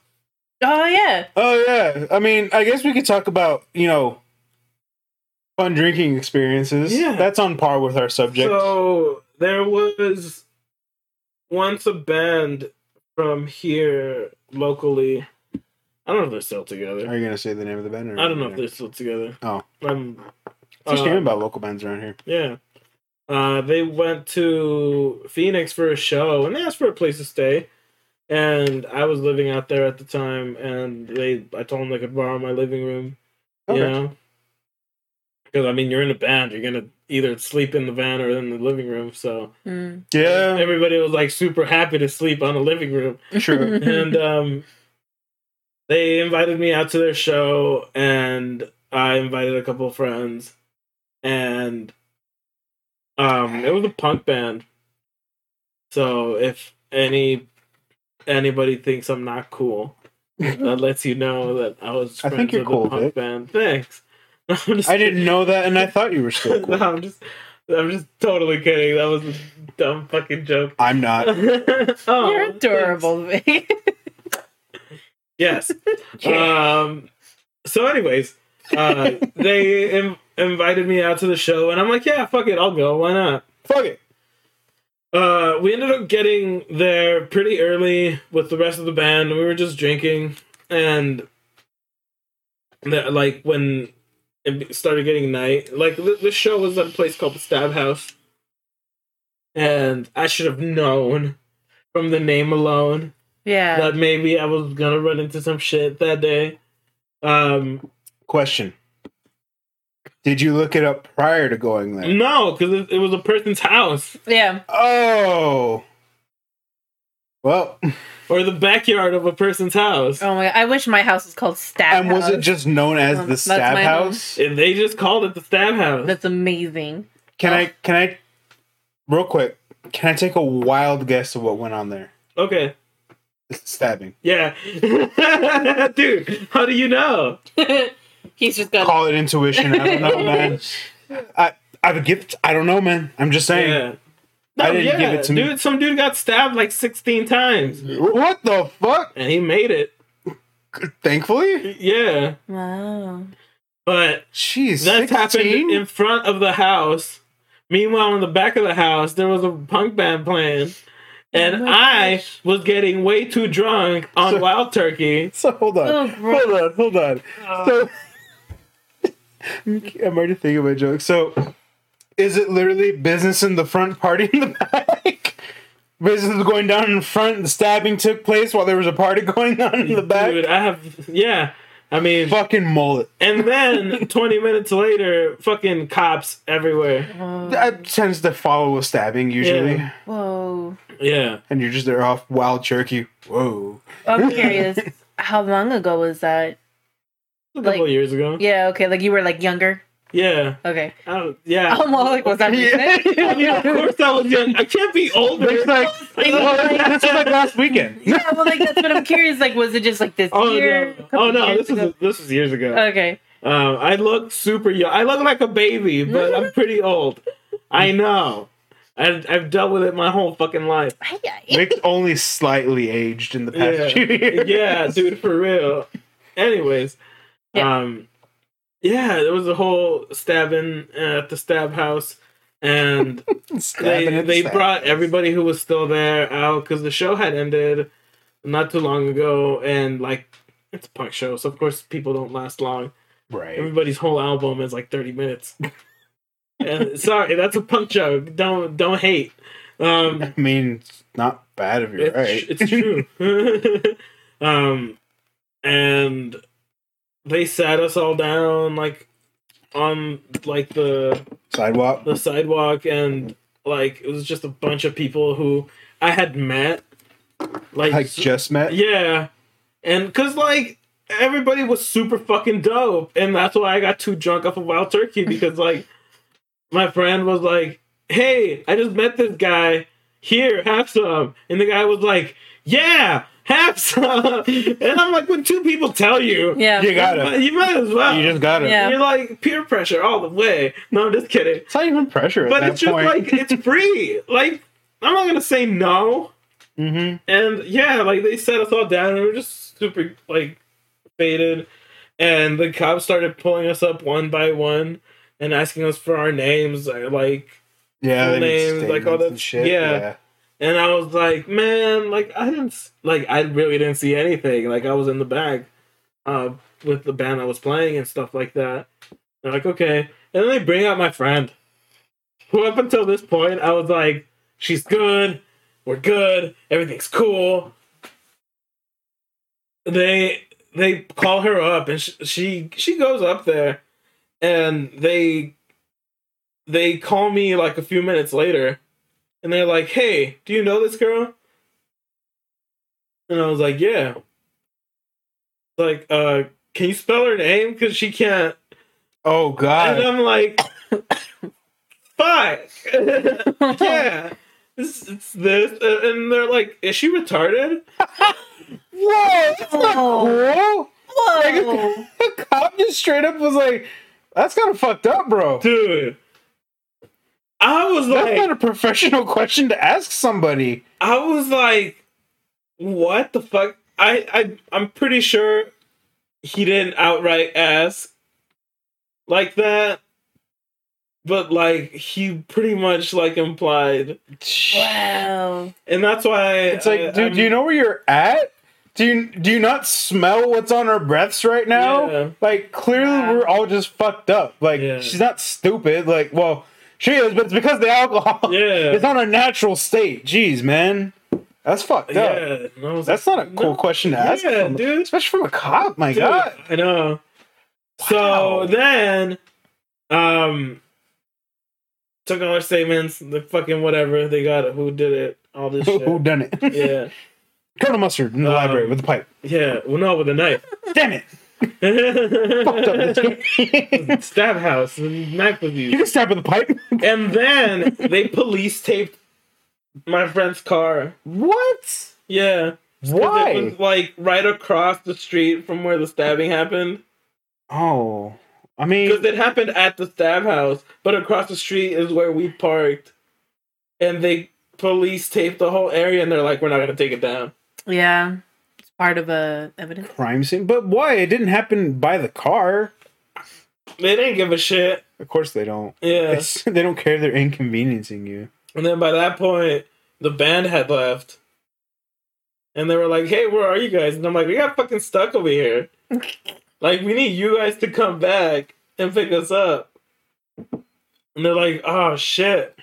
S3: Oh yeah.
S1: Oh yeah, I mean, I guess we could talk about you know fun drinking experiences.
S2: Yeah.
S1: that's on par with our subject.
S2: So there was once a band from here locally. I don't know if they're still together.
S1: Are you gonna say the name of the band? Or
S2: I don't know if they're still together.
S1: Oh.
S2: Um,
S1: It's a
S2: uh,
S1: shame about local bands around here.
S2: Yeah. Uh, they went to Phoenix for a show and they asked for a place to stay. And I was living out there at the time and they I told them they could borrow my living room.
S1: Okay.
S2: You know? Because I mean you're in a band, you're gonna either sleep in the van or in the living room, so
S3: Mm.
S1: Yeah,
S2: everybody was like super happy to sleep on the living room.
S1: true.
S2: and um they invited me out to their show and I invited a couple of friends and um it was a punk band so if any anybody thinks i'm not cool that lets you know that i was
S1: I
S2: friends
S1: think you're
S2: with
S1: cool,
S2: a punk
S1: Vic.
S2: band thanks No, I'm just
S1: I didn't know that, and I thought you were still
S2: kidding.
S1: cool.
S2: no, i'm just i'm just totally kidding that was a dumb fucking joke
S1: I'm not.
S2: Oh,
S3: You're
S2: thanks.
S3: adorable, Vic.
S2: yes um so anyways uh they Im- invited me out to the show and i'm like yeah fuck it i'll go why not
S1: Fuck it.
S2: uh, we ended up getting there pretty early with the rest of the band. We were just drinking, and the, like when it be- started getting night, like the, the show was at a place called the Stab House, and I should have known from the name alone
S3: yeah.
S2: that maybe I was gonna run into some shit that day. Um,
S1: Question. Did you look it up prior to going there?
S2: no, because it, it was a person's house
S3: Yeah.
S1: Oh. Well,
S2: or the backyard of a person's house.
S3: Oh my god. I wish my house was called Stab
S1: and was it
S3: House.
S1: just known as
S3: Um,
S1: the
S3: that's
S1: Stab
S3: my home.
S1: House?
S2: And they just called it the Stab House.
S3: That's amazing.
S1: Can
S2: Oh.
S1: I? Can I? Real quick, can I take a wild guess of what went on there?
S2: Okay.
S1: It's stabbing.
S2: Yeah. Dude, how do you know?
S3: He's just
S2: Uh,
S3: got.
S1: Call it intuition. I don't know, Oh, man. I I would give. I don't know, man. I'm just saying.
S2: Yeah. No,
S1: I didn't give it to me.
S2: dude, Some dude got stabbed like 16 times
S1: What the fuck?
S2: and he made it.
S1: Thankfully,
S2: Yeah.
S3: Wow.
S2: But
S1: jeez.
S2: that happened
S1: 16?
S2: in front of the house. Meanwhile, in the back of the house, there was a punk band playing. And
S3: Oh my
S2: I was getting way too drunk on
S1: So-
S2: Wild Turkey.
S1: So hold on,
S3: Oh, gross.
S1: hold on, hold on.
S2: Uh.
S1: So I'm already thinking of my joke. So is it literally business in the front, party in the back? Business was going down in front. The stabbing took place while there was a party going on in the back.
S2: Dude, I have, yeah. I mean,
S1: Fucking mullet.
S2: and then 20 minutes later, fucking cops everywhere.
S3: Whoa.
S1: That tends to follow a stabbing usually,
S2: Um, Yeah.
S3: Whoa.
S2: Yeah.
S1: and you're just there off wild turkey. Whoa.
S3: I'm curious. How long ago was that?
S2: A couple
S3: Like-
S2: years ago.
S3: Yeah. Okay. Like you were like younger.
S2: Yeah.
S3: Okay.
S2: I don't- yeah.
S3: I'm all like, was that recent?
S2: I mean, of course I was young. I can't be older.
S1: Looks like well, this was
S2: uh,
S1: like last weekend.
S3: yeah. Well, like that's what I'm curious. Like, was it just like this
S2: oh
S3: year?
S2: no!
S3: a couple
S2: Oh no!
S3: years
S2: This was
S3: ago?
S2: this was years ago.
S3: Okay.
S2: Um, I look super young. I look like a baby, but I'm pretty old. I know. I've, I've dealt with it my whole fucking life.
S3: Ay, ay.
S1: Vic's only slightly aged in the past
S2: Yeah.
S1: few years.
S2: Yeah, dude, for real. Anyways,
S3: Yeah.
S2: um, yeah, there was a whole stabbing at the stab house, and they they brought everybody who was still there out because the show had ended not too long ago, and like it's a punk show, so of course people don't last long.
S1: right.
S2: Everybody's whole album is like thirty minutes. and sorry, that's a punk joke. Don't don't hate. Um,
S1: I mean, it's not bad if you're
S2: it's,
S1: right.
S2: it's true. um, and they sat us all down like on like the
S1: Sidewalk.
S2: the sidewalk and like it was just a bunch of people who I had met like,
S1: Like
S2: s-
S1: just met.
S2: yeah and cuz like everybody was super fucking dope and that's why I got too drunk off of wild turkey because like my friend was like hey I just met this guy here have some and the guy was like yeah have some and I'm like when two people tell you
S3: Yeah.
S1: You got it.
S2: you might as well
S1: You just got it.
S3: Yeah.
S2: you're like peer pressure all the way no I'm just kidding
S1: It's not even pressure at
S2: but
S1: that
S2: it's just
S1: point.
S2: like it's free. Like I'm not gonna say no.
S1: mm-hmm.
S2: And yeah, like they set us all down and we were just super like faded. And the cops started pulling us up one by one and asking us for our names, or, like.
S1: Yeah, they
S2: full
S1: need
S2: names, like all
S1: statements
S2: that-
S1: and shit.
S2: yeah. And I was like, man, like I didn't s- like I really didn't see anything. Like I was in the back, uh, with the band I was playing and stuff like that. They're like, okay, and then they bring out my friend, who up until this point I was like, she's good, we're good, everything's cool. They they call her up and she she, she goes up there, and they they call me like a few minutes later and they're like, "Hey, do you know this girl?" And I was like, "Yeah." Like, uh, can you spell her name? Because she can't.
S1: Oh
S2: And uh,
S1: god.
S2: I'm like, "Fuck, yeah." It's, it's this, and they're like, "Is she retarded?"
S1: Whoa, that's not cool.
S3: Whoa.
S1: The cop just straight up was like, "That's kind of fucked up, bro."
S2: Dude, I was
S1: That's
S2: like,
S1: not a professional question to ask somebody.
S2: I was like, "What the fuck?" I I I'm pretty sure he didn't outright ask like that, but like he pretty much like implied,
S3: Wow.
S2: and that's why
S1: It's like, dude, do you know where you're at? Do you do you not smell what's on our breaths right now?
S2: Yeah.
S1: Like clearly
S3: Wow.
S1: we're all just fucked up. Like
S2: Yeah.
S1: she's not stupid. Like well, she is, but it's because of the alcohol.
S2: Yeah.
S1: It's not a natural state. Jeez, man. That's fucked
S2: Yeah,
S1: up.
S2: And I was
S1: That's
S2: like,
S1: not a cool
S2: "No."
S1: question to ask.
S2: Yeah,
S1: from-
S2: dude.
S1: Especially from a cop, my
S2: Dude,
S1: god.
S2: I know.
S1: Wow.
S2: So then, um, took all our statements, the fucking whatever they got, it, who did it, all this
S1: Who,
S2: shit.
S1: who done it?
S2: yeah,
S1: Colonel Mustard in the
S2: Um,
S1: library with the pipe.
S2: yeah. Well, no, with a knife.
S1: Damn it. Fucked up this
S2: Fucked
S1: game. you
S2: Stab house, knife with you.
S1: can stab with a pipe.
S2: And then they police taped my friend's car.
S1: what?
S2: Yeah. 'Cause It
S1: Why?
S2: was like right across the street from where the stabbing happened.
S1: Oh. I mean,
S2: Because it happened at the stab house, but across the street is where we parked. And they police taped the whole area and they're like, we're not going to take it down.
S3: Yeah. It's part of a evidence.
S1: crime scene. But why? It didn't happen by the car.
S2: They didn't give a shit.
S1: Of course they don't.
S2: Yeah.
S1: It's, they don't care. They're inconveniencing you.
S2: And then by that point, the band had left. And they were like, hey, where are you guys? And I'm like, we got fucking stuck over here. like, we need you guys to come back and pick us up. And they're like, oh, shit.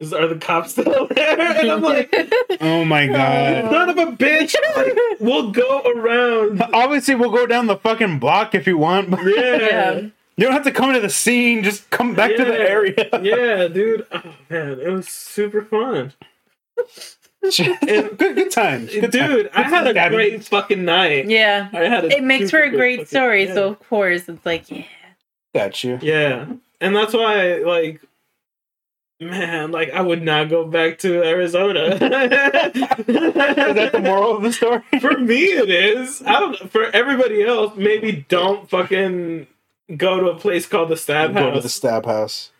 S2: Is, are the cops still there? And I'm like,
S1: Oh my god.
S2: son of a bitch. Like, we'll go around.
S1: Obviously, we'll go down the fucking block if you want. But
S2: Yeah.
S3: Yeah.
S1: you don't have to come to the scene. Just come back to the
S2: Yeah.
S1: area.
S2: Yeah, dude. Oh, man. It was super fun.
S1: good, good times. Good times.
S2: Dude, I had a
S1: Stabbing.
S2: great fucking night.
S3: yeah.
S2: I had a
S3: It makes for
S2: super
S3: a great
S2: fucking-
S3: story,
S2: yeah.
S3: so of course it's like, yeah.
S1: Got you.
S2: Yeah. And that's why, like, man, like, I would not go back to Arizona.
S1: Is that the moral of the story?
S2: for me, it is. I don't For everybody else, maybe don't fucking go to a place called the Stab
S1: Go to
S2: House.
S1: the stab house.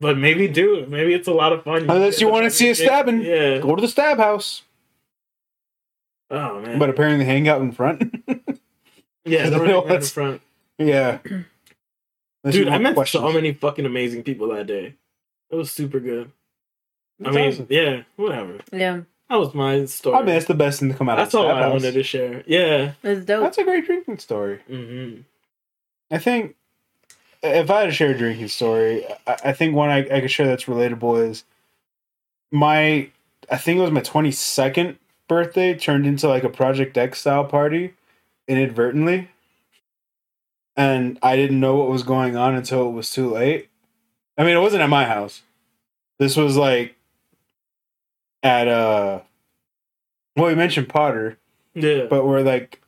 S2: but maybe do. Maybe it's a lot of fun.
S1: Unless you want to see a stabbing,
S2: Yeah.
S1: go to the stab house.
S2: Oh, man.
S1: But apparently, hang out in front.
S2: yeah,
S1: the
S2: the
S1: real
S2: real right in
S1: ones.
S2: front.
S1: yeah. Unless you
S2: Dude, I
S1: want
S2: met
S1: questions.
S2: so many fucking amazing people that day. It was super good. I
S1: That's
S2: mean,
S1: awesome.
S2: yeah, whatever.
S3: Yeah,
S2: That was my story.
S1: I mean, it's the best thing to come out
S2: That's
S1: of
S2: all
S1: Snap
S2: I
S1: House.
S2: wanted to share. Yeah.
S3: it's dope.
S1: That's a great drinking story.
S2: hmm
S1: I think if I had to share a drinking story, I, I think one I, I could share that's relatable is my, I think it was my 22nd birthday turned into like a Project X style party inadvertently. And I didn't know what was going on until it was too late. I mean, it wasn't at my house. This was like at, uh, well, we mentioned Potter
S2: Yeah.
S1: but where like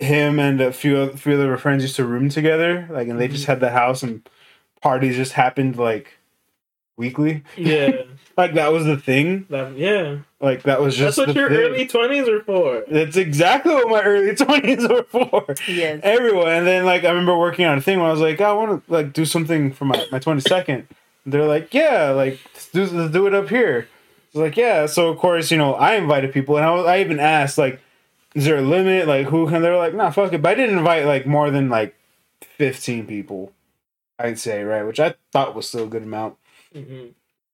S1: him and a few a few other friends used to room together, like, and they just
S2: Mm-hmm.
S1: had the house and parties just happened like weekly.
S2: yeah.
S1: Like that was the thing.
S2: That, yeah.
S1: Like that was just
S2: That's what
S1: the
S2: your
S1: thing.
S2: early 20s were for.
S1: That's exactly what my early twenties were for.
S3: yes.
S1: Everyone, and then like I remember working on a thing when I was like, "Oh, I want to like do something for my my twenty second. They're like, yeah, like let's do, let's do it up here. I was like, yeah. So of course, you know, I invited people, and I was, I even asked like, is there a limit? Like who can? They're like, nah, fuck it. But I didn't invite like more than like fifteen people, I'd say, right? Which I thought was still a good amount.
S2: hmm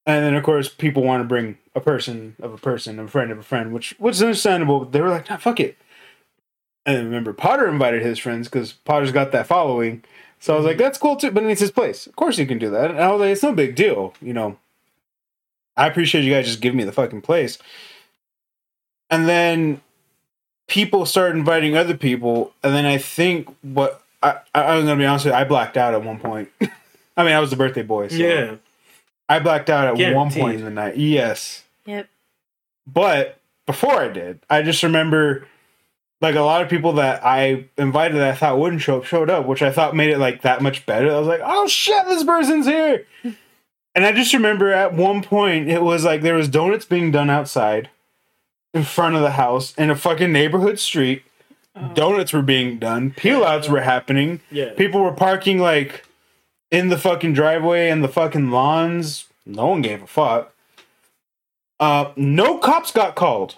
S1: And then of course people want to bring a person of a person, a friend of a friend, which which is understandable. They were like, nah, fuck it. And remember, Potter invited his friends because Potter's got that following. So I was like, that's cool too, but it's his place. Of course you can do that. And I was like, it's no big deal, you know. I appreciate you guys just giving me the fucking place. And then people started inviting other people, and then I think what I, I I'm gonna be honest with you, I blacked out at one point. I mean, I was the birthday boy, so
S2: Yeah.
S1: I blacked out at one
S2: Guaranteed.
S1: point in the night. Yes.
S3: Yep.
S1: But before I did, I just remember like a lot of people that I invited that I thought wouldn't show up showed up, which I thought made it like that much better. I was like, oh shit, this person's here. and I just remember at one point it was like there was donuts being done outside in front of the house in a fucking neighborhood street.
S3: Oh.
S1: Donuts were being done, peel outs were happening
S2: Yeah.
S1: people were parking like in the fucking driveway and the fucking lawns. No one gave a fuck. Uh, no cops got called.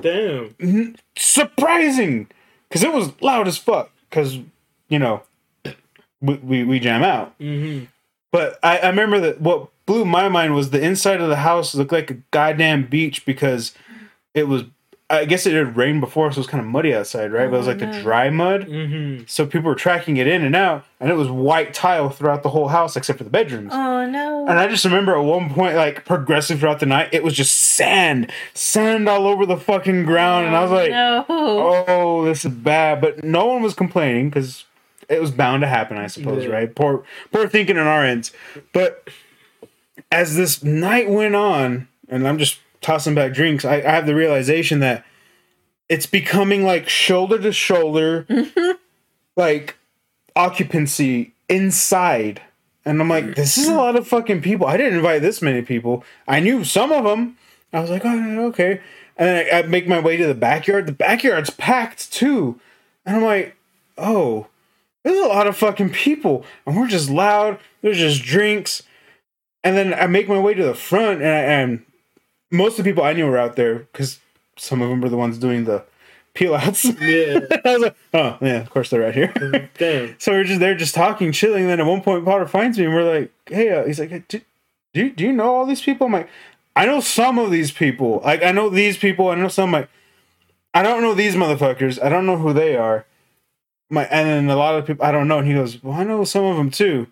S2: Damn.
S1: Surprising, because it was loud as fuck. Because you know, we, we we jam out.
S2: hmm
S1: But I, I remember that what blew my mind was the inside of the house looked like a goddamn beach because it was. I guess it had rained before, so it was kind of muddy outside, right? but it was
S3: Oh,
S1: like the
S3: no.
S1: dry mud.
S2: hmm
S1: So people were tracking it in and out, and it was white tile throughout the whole house except for the bedrooms.
S3: Oh no.
S1: And I just remember at one point, like progressing throughout the night, it was just sand, sand all over the fucking ground, and I was like,
S3: no.
S1: "Oh, this is bad." But no one was complaining because it was bound to happen, I suppose,
S2: Yeah.
S1: right? Poor, poor thinking on our ends. But as this night went on, and I'm just tossing back drinks, I, I have the realization that it's becoming like shoulder to shoulder, like occupancy inside. And I'm like, this is a lot of fucking people. I didn't invite this many people. I knew some of them. I was like, oh, yeah, okay. And then I, I make my way to the backyard. The backyard's packed too. And I'm like, oh, there's a lot of fucking people. And we're just loud. There's just drinks. And then I make my way to the front, and, I, and most of the people I knew were out there because some of them were the ones doing the peel outs.
S2: Yeah.
S1: I was like, oh, yeah, of course they're out here.
S2: Damn.
S1: So we're just there, just talking, chilling. Then at one point, Potter finds me, and we're like, "Hey," uh, he's like, "Hey, "Do do you, do you know all these people?" I'm like, "I know some of these people. Like, I know these people. I know some. Like, I don't know these motherfuckers. I don't know who they are." My and then a lot of people I don't know. And he goes, "Well, I know some of them too."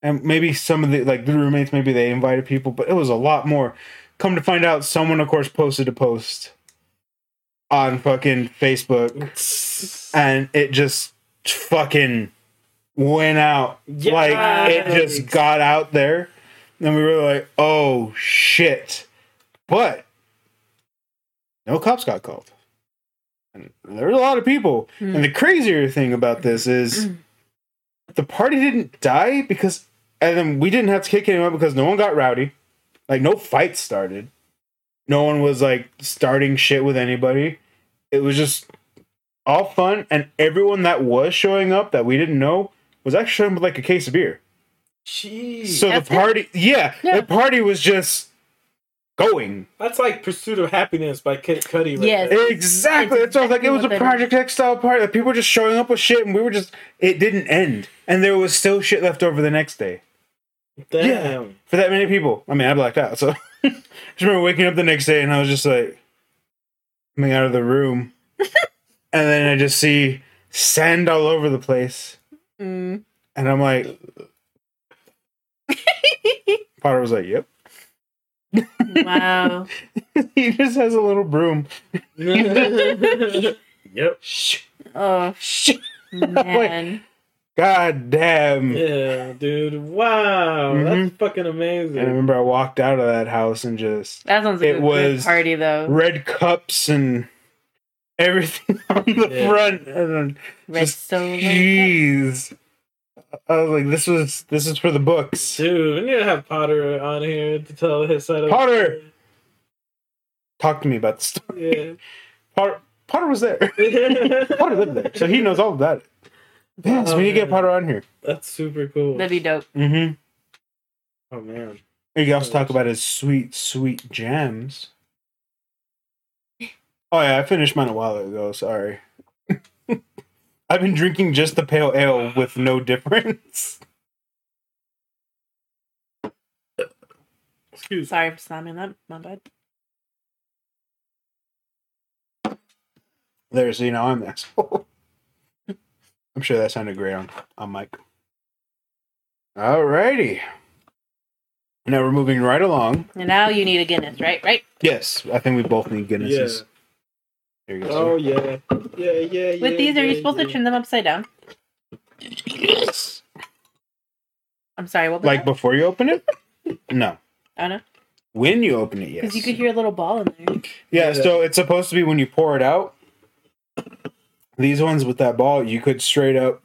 S1: And maybe some of the like the roommates, maybe they invited people, but it was a lot more. Come to find out, someone of course posted a post on fucking Facebook and it just fucking went out. Like it just
S2: Yikes.
S1: got out there, and we were like, "Oh shit!" But no cops got called. And there were a lot of people. And the crazier thing about this is the party didn't die because, and then we didn't have to kick anyone because no one got rowdy. Like no fights started. No one was like starting shit with anybody. It was just all fun, and everyone that was showing up that we didn't know was actually showing up with like a case of beer.
S2: Jeez.
S1: So
S3: That's
S1: the
S3: it.
S1: party, yeah,
S3: Yeah.
S1: the party was just going.
S2: That's like Pursuit of Happiness by Kid Cudi. Right
S3: Yes.
S2: there.
S1: Exactly. That's what I was like. It was a
S3: Exactly.
S1: Project X style party. Like, people were just showing up with shit, and we were just. It didn't end, and there was still shit left over the next day.
S2: Damn.
S1: for that many people. I mean, I blacked out. So I just remember waking up the next day and I was just like coming out of the room. and then I just see sand all over the place.
S3: Mm.
S1: And I'm like, Potter was like, yep.
S3: wow.
S1: he just has a little broom.
S2: yep.
S1: Shh,
S3: Oh
S1: shh.
S3: man.
S1: God damn.
S2: Yeah, dude. Wow. That's fucking
S1: Mm-hmm. And I
S2: amazing.
S1: remember I walked out of that house and just
S3: That sounds like
S1: It
S3: a
S1: was
S3: good party though.
S1: red cups and everything on the
S2: Yeah.
S1: front. And then
S3: Red
S1: just-
S3: solo.
S1: Jeez. I was like, this was this is for the books.
S2: Dude, we need to have Potter on here to tell his side of
S1: Potter! Talk to me about the story.
S2: Yeah.
S1: Potter, Potter was there. Potter lived there, so he knows all of that. Yes, we need to get Potter on here.
S2: That's super cool.
S3: That'd be dope.
S1: Mm-hmm.
S2: Oh man.
S1: We can also talk about his sweet, sweet jams. Oh yeah, I finished mine a while ago. Sorry. I've been drinking just the pale ale with no difference.
S2: Excuse
S3: Sorry for slamming that. My bad.
S1: There, so you know I'm the asshole. I'm sure that sounded great on on mic. Alrighty. Now we're moving right along.
S3: And now you need a Guinness, right? Right?
S1: Yes, I think we both need Guinnesses. There you go.
S2: Oh yeah. Yeah, yeah, yeah.
S3: With these, are you
S2: yeah,
S3: supposed to
S2: yeah.
S3: turn them upside down? I'm sorry. What? Was
S1: Like
S3: like,
S1: before you open it? No.
S3: I don't know.
S1: When you open it, yes.
S3: Because you could hear a little ball in there.
S1: yeah, so it's supposed to be when you pour it out. These ones with that ball, you could straight up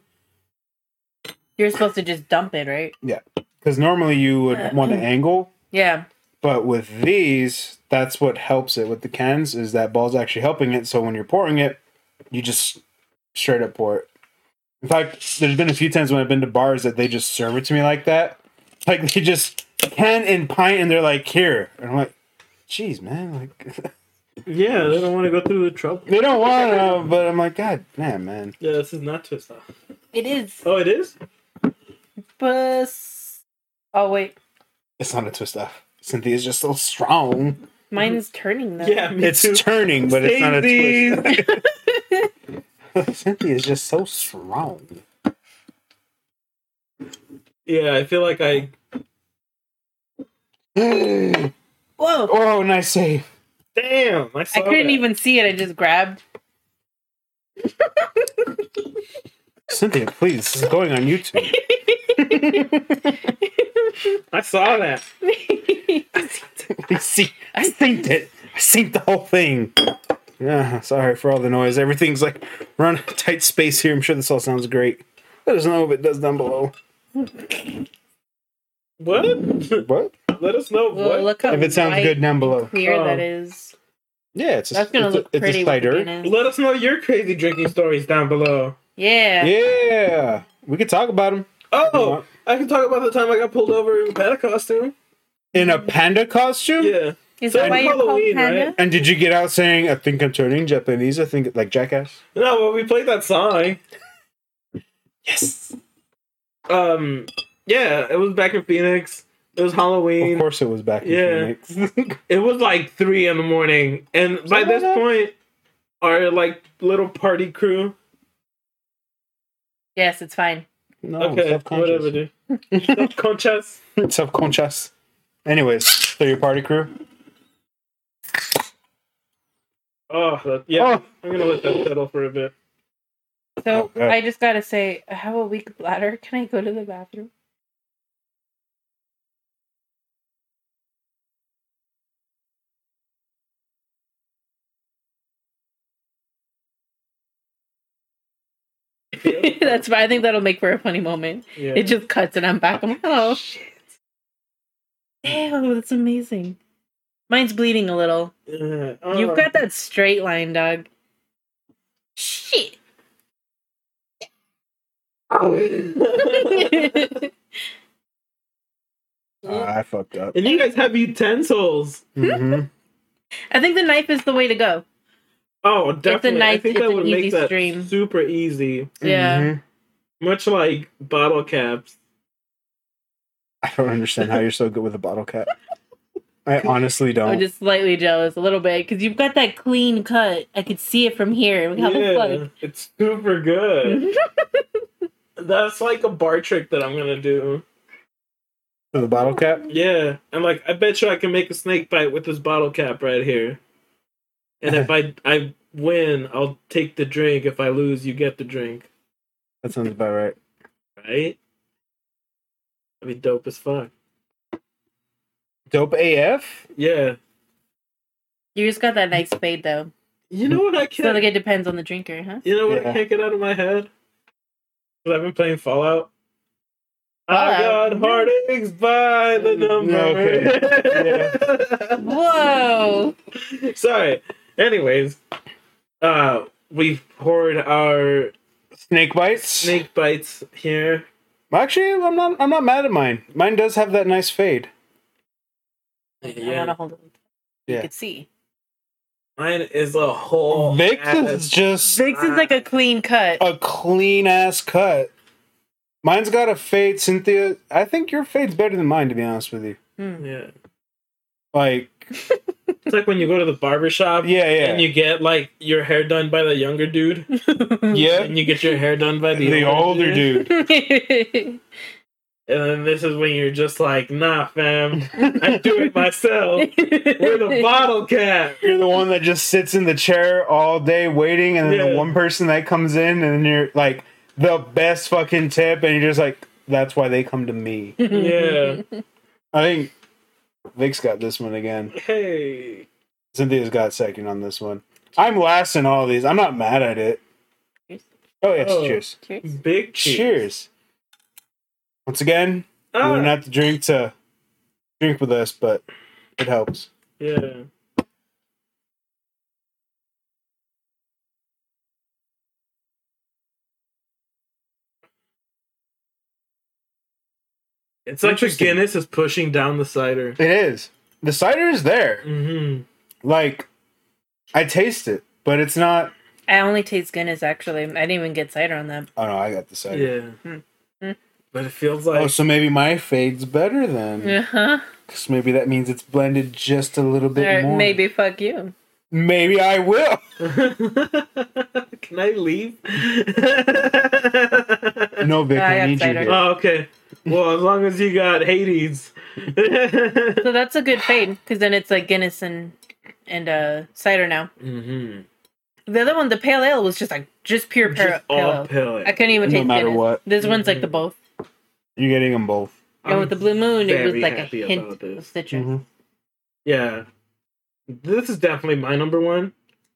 S3: You're supposed to just dump it, right?
S1: because normally you would want to angle,
S3: Yeah.
S1: But with these, that's what helps it with the cans is that ball's actually helping it. So when you're pouring it, you just straight up pour it. In fact, there's been a few times when I've been to bars that they just serve it to me like that. Like they just can and pint and they're like, here. And I'm like, geez, man. Like
S2: Yeah, they don't want to go through the trouble.
S1: they don't want to, but I'm like, God damn, man.
S2: Yeah, this is not twist off.
S3: It is.
S2: Oh, it is?
S3: Bus. Oh wait,
S1: It's not a twist off. Cynthia's just so strong.
S3: mine's turning though.
S2: Yeah, me
S1: It's
S2: too.
S1: turning, but it's not
S2: Stacey.
S1: a twist. Cynthia's just so strong.
S2: Yeah, I feel like I
S3: Whoa.
S1: Oh, nice save.
S2: damn. I,
S3: I
S2: saw
S3: couldn't
S2: that.
S3: even see it. I just grabbed.
S1: Cynthia, please, this is going on YouTube.
S2: I saw that.
S1: I see, I synced it. I synced the whole thing. Yeah, sorry for all the noise. Everything's like, we're on a tight space here. I'm sure this all sounds great. Let us know if it does down below.
S2: What?
S1: What?
S2: Let us know
S3: Well,
S2: what.
S3: look how
S1: If it sounds
S3: white
S1: good down below.
S3: and Clear
S2: Oh.
S3: that is.
S1: Yeah, it's a,
S3: That's gonna
S1: it's a-
S3: look
S1: it's a
S3: pretty. with
S1: cider.
S3: Guinness.
S2: Let us know your crazy drinking stories down below.
S3: Yeah.
S1: Yeah, we could talk about them
S2: Oh, I can talk about the time I got pulled over in a panda costume.
S1: in a panda costume.
S2: Yeah.
S3: Is that
S2: And
S3: why you're called
S2: Halloween,
S3: Panda?
S2: right?
S1: And did you get out saying, "I think I'm turning Japanese"? I think like jackass.
S2: No, well, we played that song.
S1: Yes.
S2: Um, yeah, it was back in Phoenix. It was
S1: Of
S2: Halloween.
S1: course, it was back in
S2: Yeah.
S1: Phoenix.
S2: It was like three in the morning, and by this point, our like little party crew.
S3: Yes, it's fine.
S1: no,
S2: okay,
S1: Oh, self-conscious.
S2: whatever, dude. Conchas.
S1: Subconscious. Anyways, so your party crew.
S2: Oh, that, yeah. I'm gonna let that settle for a bit.
S3: So
S1: Oh, God.
S3: I just gotta say, I have a weak bladder. Can I go to the bathroom? That's fine. I think that'll make for a funny moment.
S2: Yeah.
S3: It just cuts and I'm back. I'm like, oh shit. Ew, that's amazing. Mine's bleeding a little.
S2: Yeah.
S3: You've
S2: Oh.
S3: got that straight line, dog. Shit.
S2: and
S1: Uh, I fucked up.
S2: you guys have utensils.
S1: Mm-hmm.
S3: I think the knife is the way to go.
S2: Oh, definitely. I
S3: nice-
S2: think
S3: it's
S2: that
S3: an
S2: would
S3: easy
S2: make that
S3: stream.
S2: super easy.
S3: Mm-hmm.
S1: Mm-hmm.
S3: Yeah.
S2: Much like bottle caps.
S1: I don't understand how you're so good with a bottle cap. I honestly don't.
S3: I'm just slightly jealous, a little bit, because you've got that clean cut. I could see it from here. Look how
S2: Yeah, it's super good.
S3: fucked.
S2: That's like a bar trick that I'm gonna do.
S1: With a bottle cap?
S2: Yeah, and like I bet you I can make a snake bite with this bottle cap right here. And if I I win, I'll take the drink. If I lose, you get the drink.
S1: That sounds about right.
S2: Right? That'd be dope as fuck.
S1: Dope AF?
S2: Yeah.
S3: you just got that nice fade, though.
S2: You know what I
S3: So like
S2: can't.
S3: it depends on the drinker, huh?
S2: You know what
S1: Yeah.
S2: I can't get out of my head? Because I've been playing Fallout. I
S3: Fallout.
S2: got heartaches by the number.
S1: Okay.
S3: Whoa!
S2: Sorry. Anyways, uh, we've poured our
S1: Snake bites?
S2: snake bites here.
S1: Actually, I'm not I'm not mad at mine. Mine does have that nice fade.
S3: I'm
S2: Yeah.
S3: gonna hold it. You
S1: Yeah.
S3: could see.
S2: Mine is a whole.
S1: Vic's is
S2: ass-
S1: just
S3: Vix is like a clean cut.
S1: a clean ass cut. Mine's got a fade, Cynthia. I think your fade's better than mine, to be honest with you.
S3: Mm.
S2: Yeah.
S1: Like,
S2: It's like when you go to the barber shop
S1: yeah, yeah,
S2: and you get like your hair done by the younger dude,
S1: yeah.
S2: and you get your hair done by the,
S1: The, older dude.
S2: And then this is when you're just like, nah, fam, I do it myself with a bottle cap.
S1: You're the one that just sits in the chair all day waiting, and then
S2: Yeah.
S1: the one person that comes in, and you're like the best fucking tip, and you're just like, that's why they come to me.
S2: Yeah.
S1: I think Vic's got this one again.
S2: Hey.
S1: Cynthia's got second on this one. I'm last in all these. I'm not mad at it.
S3: Cheers.
S1: Oh yes,
S2: Oh.
S1: cheers.
S3: Cheers.
S2: Big
S1: cheers.
S2: cheers.
S1: Once again, you
S2: Ah,
S1: don't have to drink to drink with us, but it helps.
S2: yeah. It's like the
S1: Interesting.
S2: Guinness is pushing down the cider.
S1: It is. The cider is there.
S2: hmm
S1: Like I taste it, but it's not
S3: I only taste Guinness actually. I didn't even get cider on that.
S1: Oh no, I got the cider.
S2: Yeah.
S3: Hmm. Hmm.
S2: But it feels
S1: Oh,
S2: like
S1: so maybe my fade's better then.
S3: Uh-huh.
S1: Because maybe that means it's blended just a little bit
S3: Or
S1: more.
S3: maybe fuck you.
S1: Maybe I will.
S2: Can I leave?
S1: No, Vic,
S3: I
S1: I,
S3: have
S1: need you
S3: cider.
S1: here.
S2: Oh, okay. Well, as long as you got Hades.
S1: Mm-hmm.
S3: So that's a good fade because then it's like Guinness and and uh cider now.
S2: mm-hmm.
S3: The other one, the pale ale, was just like just pure par-
S2: Just
S3: pale
S2: all
S3: ale. I
S2: pellet.
S3: couldn't even
S1: No
S3: taste
S1: matter
S3: Guinness.
S1: what. Mm-hmm.
S3: This one's like the both.
S1: You're getting them both.
S3: And with the blue moon, it was
S2: very
S3: like a
S2: happy
S3: hint
S2: about this.
S3: of citrus.
S1: Mhm.
S2: Yeah. This is definitely my number one,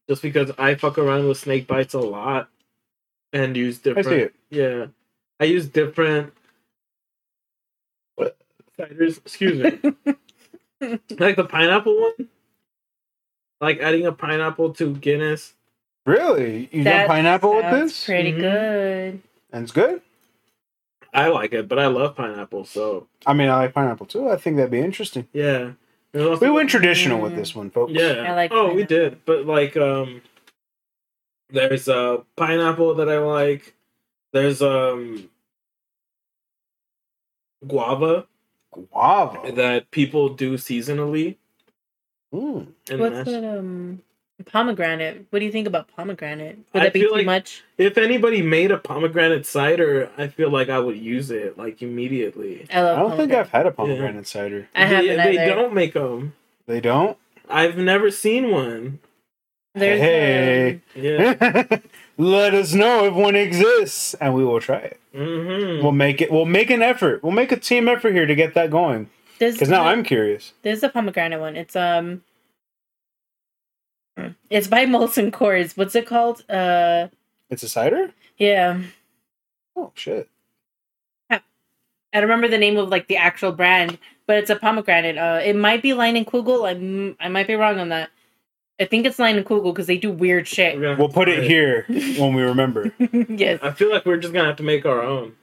S2: just because I fuck around with snake bites a lot and use
S1: I
S2: different.
S1: see it.
S2: Yeah. I use different what? ciders. Excuse me. like the pineapple one? Like adding a pineapple to Guinness.
S1: Really? You done
S3: That
S1: pineapple with
S3: sounds
S1: this? Mm-hmm.
S3: Pretty
S2: Mhm.
S3: good.
S1: And it's good.
S2: I like it, but I love pineapple, so
S1: I mean, I like pineapple too. I think that'd be interesting.
S2: yeah. There's also-
S1: We went traditional with
S3: Mm.
S1: this one, folks.
S2: Yeah.
S3: I like
S2: Oh, we
S3: pineapple.
S2: did. But like um there's a pineapple that I like. There's um guava
S1: Guava.
S2: that people do seasonally.
S1: Mm.
S2: And
S3: What's
S2: that's-
S3: that? Um, pomegranate. What do you think about pomegranate? Would
S2: I
S3: that be
S2: feel
S3: too
S2: like-
S3: much?
S2: If anybody made a pomegranate cider, I feel like I would use it like immediately.
S3: I
S1: I
S3: love.
S1: don't think I've
S3: pomegranate.
S1: had a pomegranate cider.
S3: I
S2: they,
S3: haven't
S2: they
S3: either.
S2: don't make them.
S1: They don't.
S2: I've never seen one.
S3: There's
S1: Hey.
S2: Yeah.
S1: Let us know if one exists, and we will try it.
S2: hmm
S1: We'll make it. We'll make an effort. We'll make a team effort here to get that going.
S3: um, there's
S1: Because now
S3: a-
S1: I'm curious.
S3: There's a pomegranate one. It's um. hmm. It's by Molson Coors. What's it called? Uh,
S1: It's a cider.
S3: yeah.
S1: Oh shit!
S3: I don't remember the name of like the actual brand, but it's a pomegranate. Uh, it might be Line and Kugel. I m- I might be wrong on that. I think it's Line and Kugel because they do weird shit.
S1: We'll put it here when we remember.
S3: yes,
S2: I feel like we're just gonna have to make our own.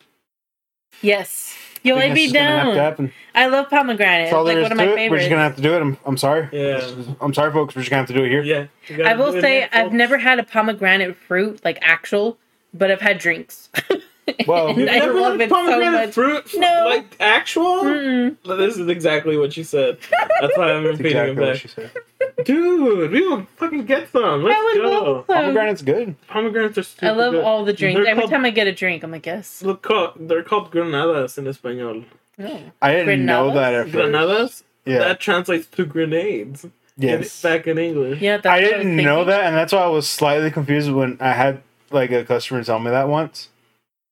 S3: yes. Yo,
S1: I think
S3: I'd be
S1: that's gonna have to
S3: down.
S1: happen.
S3: I love pomegranate.
S1: That's
S3: It's
S1: all
S3: like
S1: there is
S3: one of my
S1: to it. We're
S3: favorites.
S1: just gonna have to do it. I'm, I'm sorry.
S2: Yeah.
S1: I'm sorry, folks. We're just gonna have to do it here.
S2: Yeah. you gotta
S3: I will
S2: do it
S3: say
S2: here,
S3: I've
S2: folks.
S3: never had a pomegranate fruit like actual, but I've had drinks.
S1: Well,
S3: And I
S2: Never
S3: love
S2: liked
S3: it so
S2: pomegranate
S3: much.
S2: Fruit,
S3: No. Mm.
S2: like actual.
S3: Mm-mm.
S2: This is exactly what you said. That's why I'm
S1: That's
S2: repeating
S1: exactly what
S2: it
S1: she said.
S2: back. Dude, we will fucking get some. Let's
S3: I would
S2: go.
S3: love some.
S1: Pomegranate's good.
S2: Pomegranates are super
S3: I love
S2: good.
S3: all the drinks.
S2: They're
S3: Every
S2: called-
S3: time I get a drink, I'm like, yes.
S2: Look, called- they're called granadas in Espanol.
S3: No.
S1: I didn't know
S3: Granadas?
S1: that after.
S2: Granadas?
S1: Yeah.
S2: That translates to grenades. in-
S1: yes.
S2: back in English.
S3: Yeah, that's
S1: I
S3: what was
S1: didn't know
S3: thinking.
S1: that, and that's why I was slightly confused when I had like a customer tell me that once.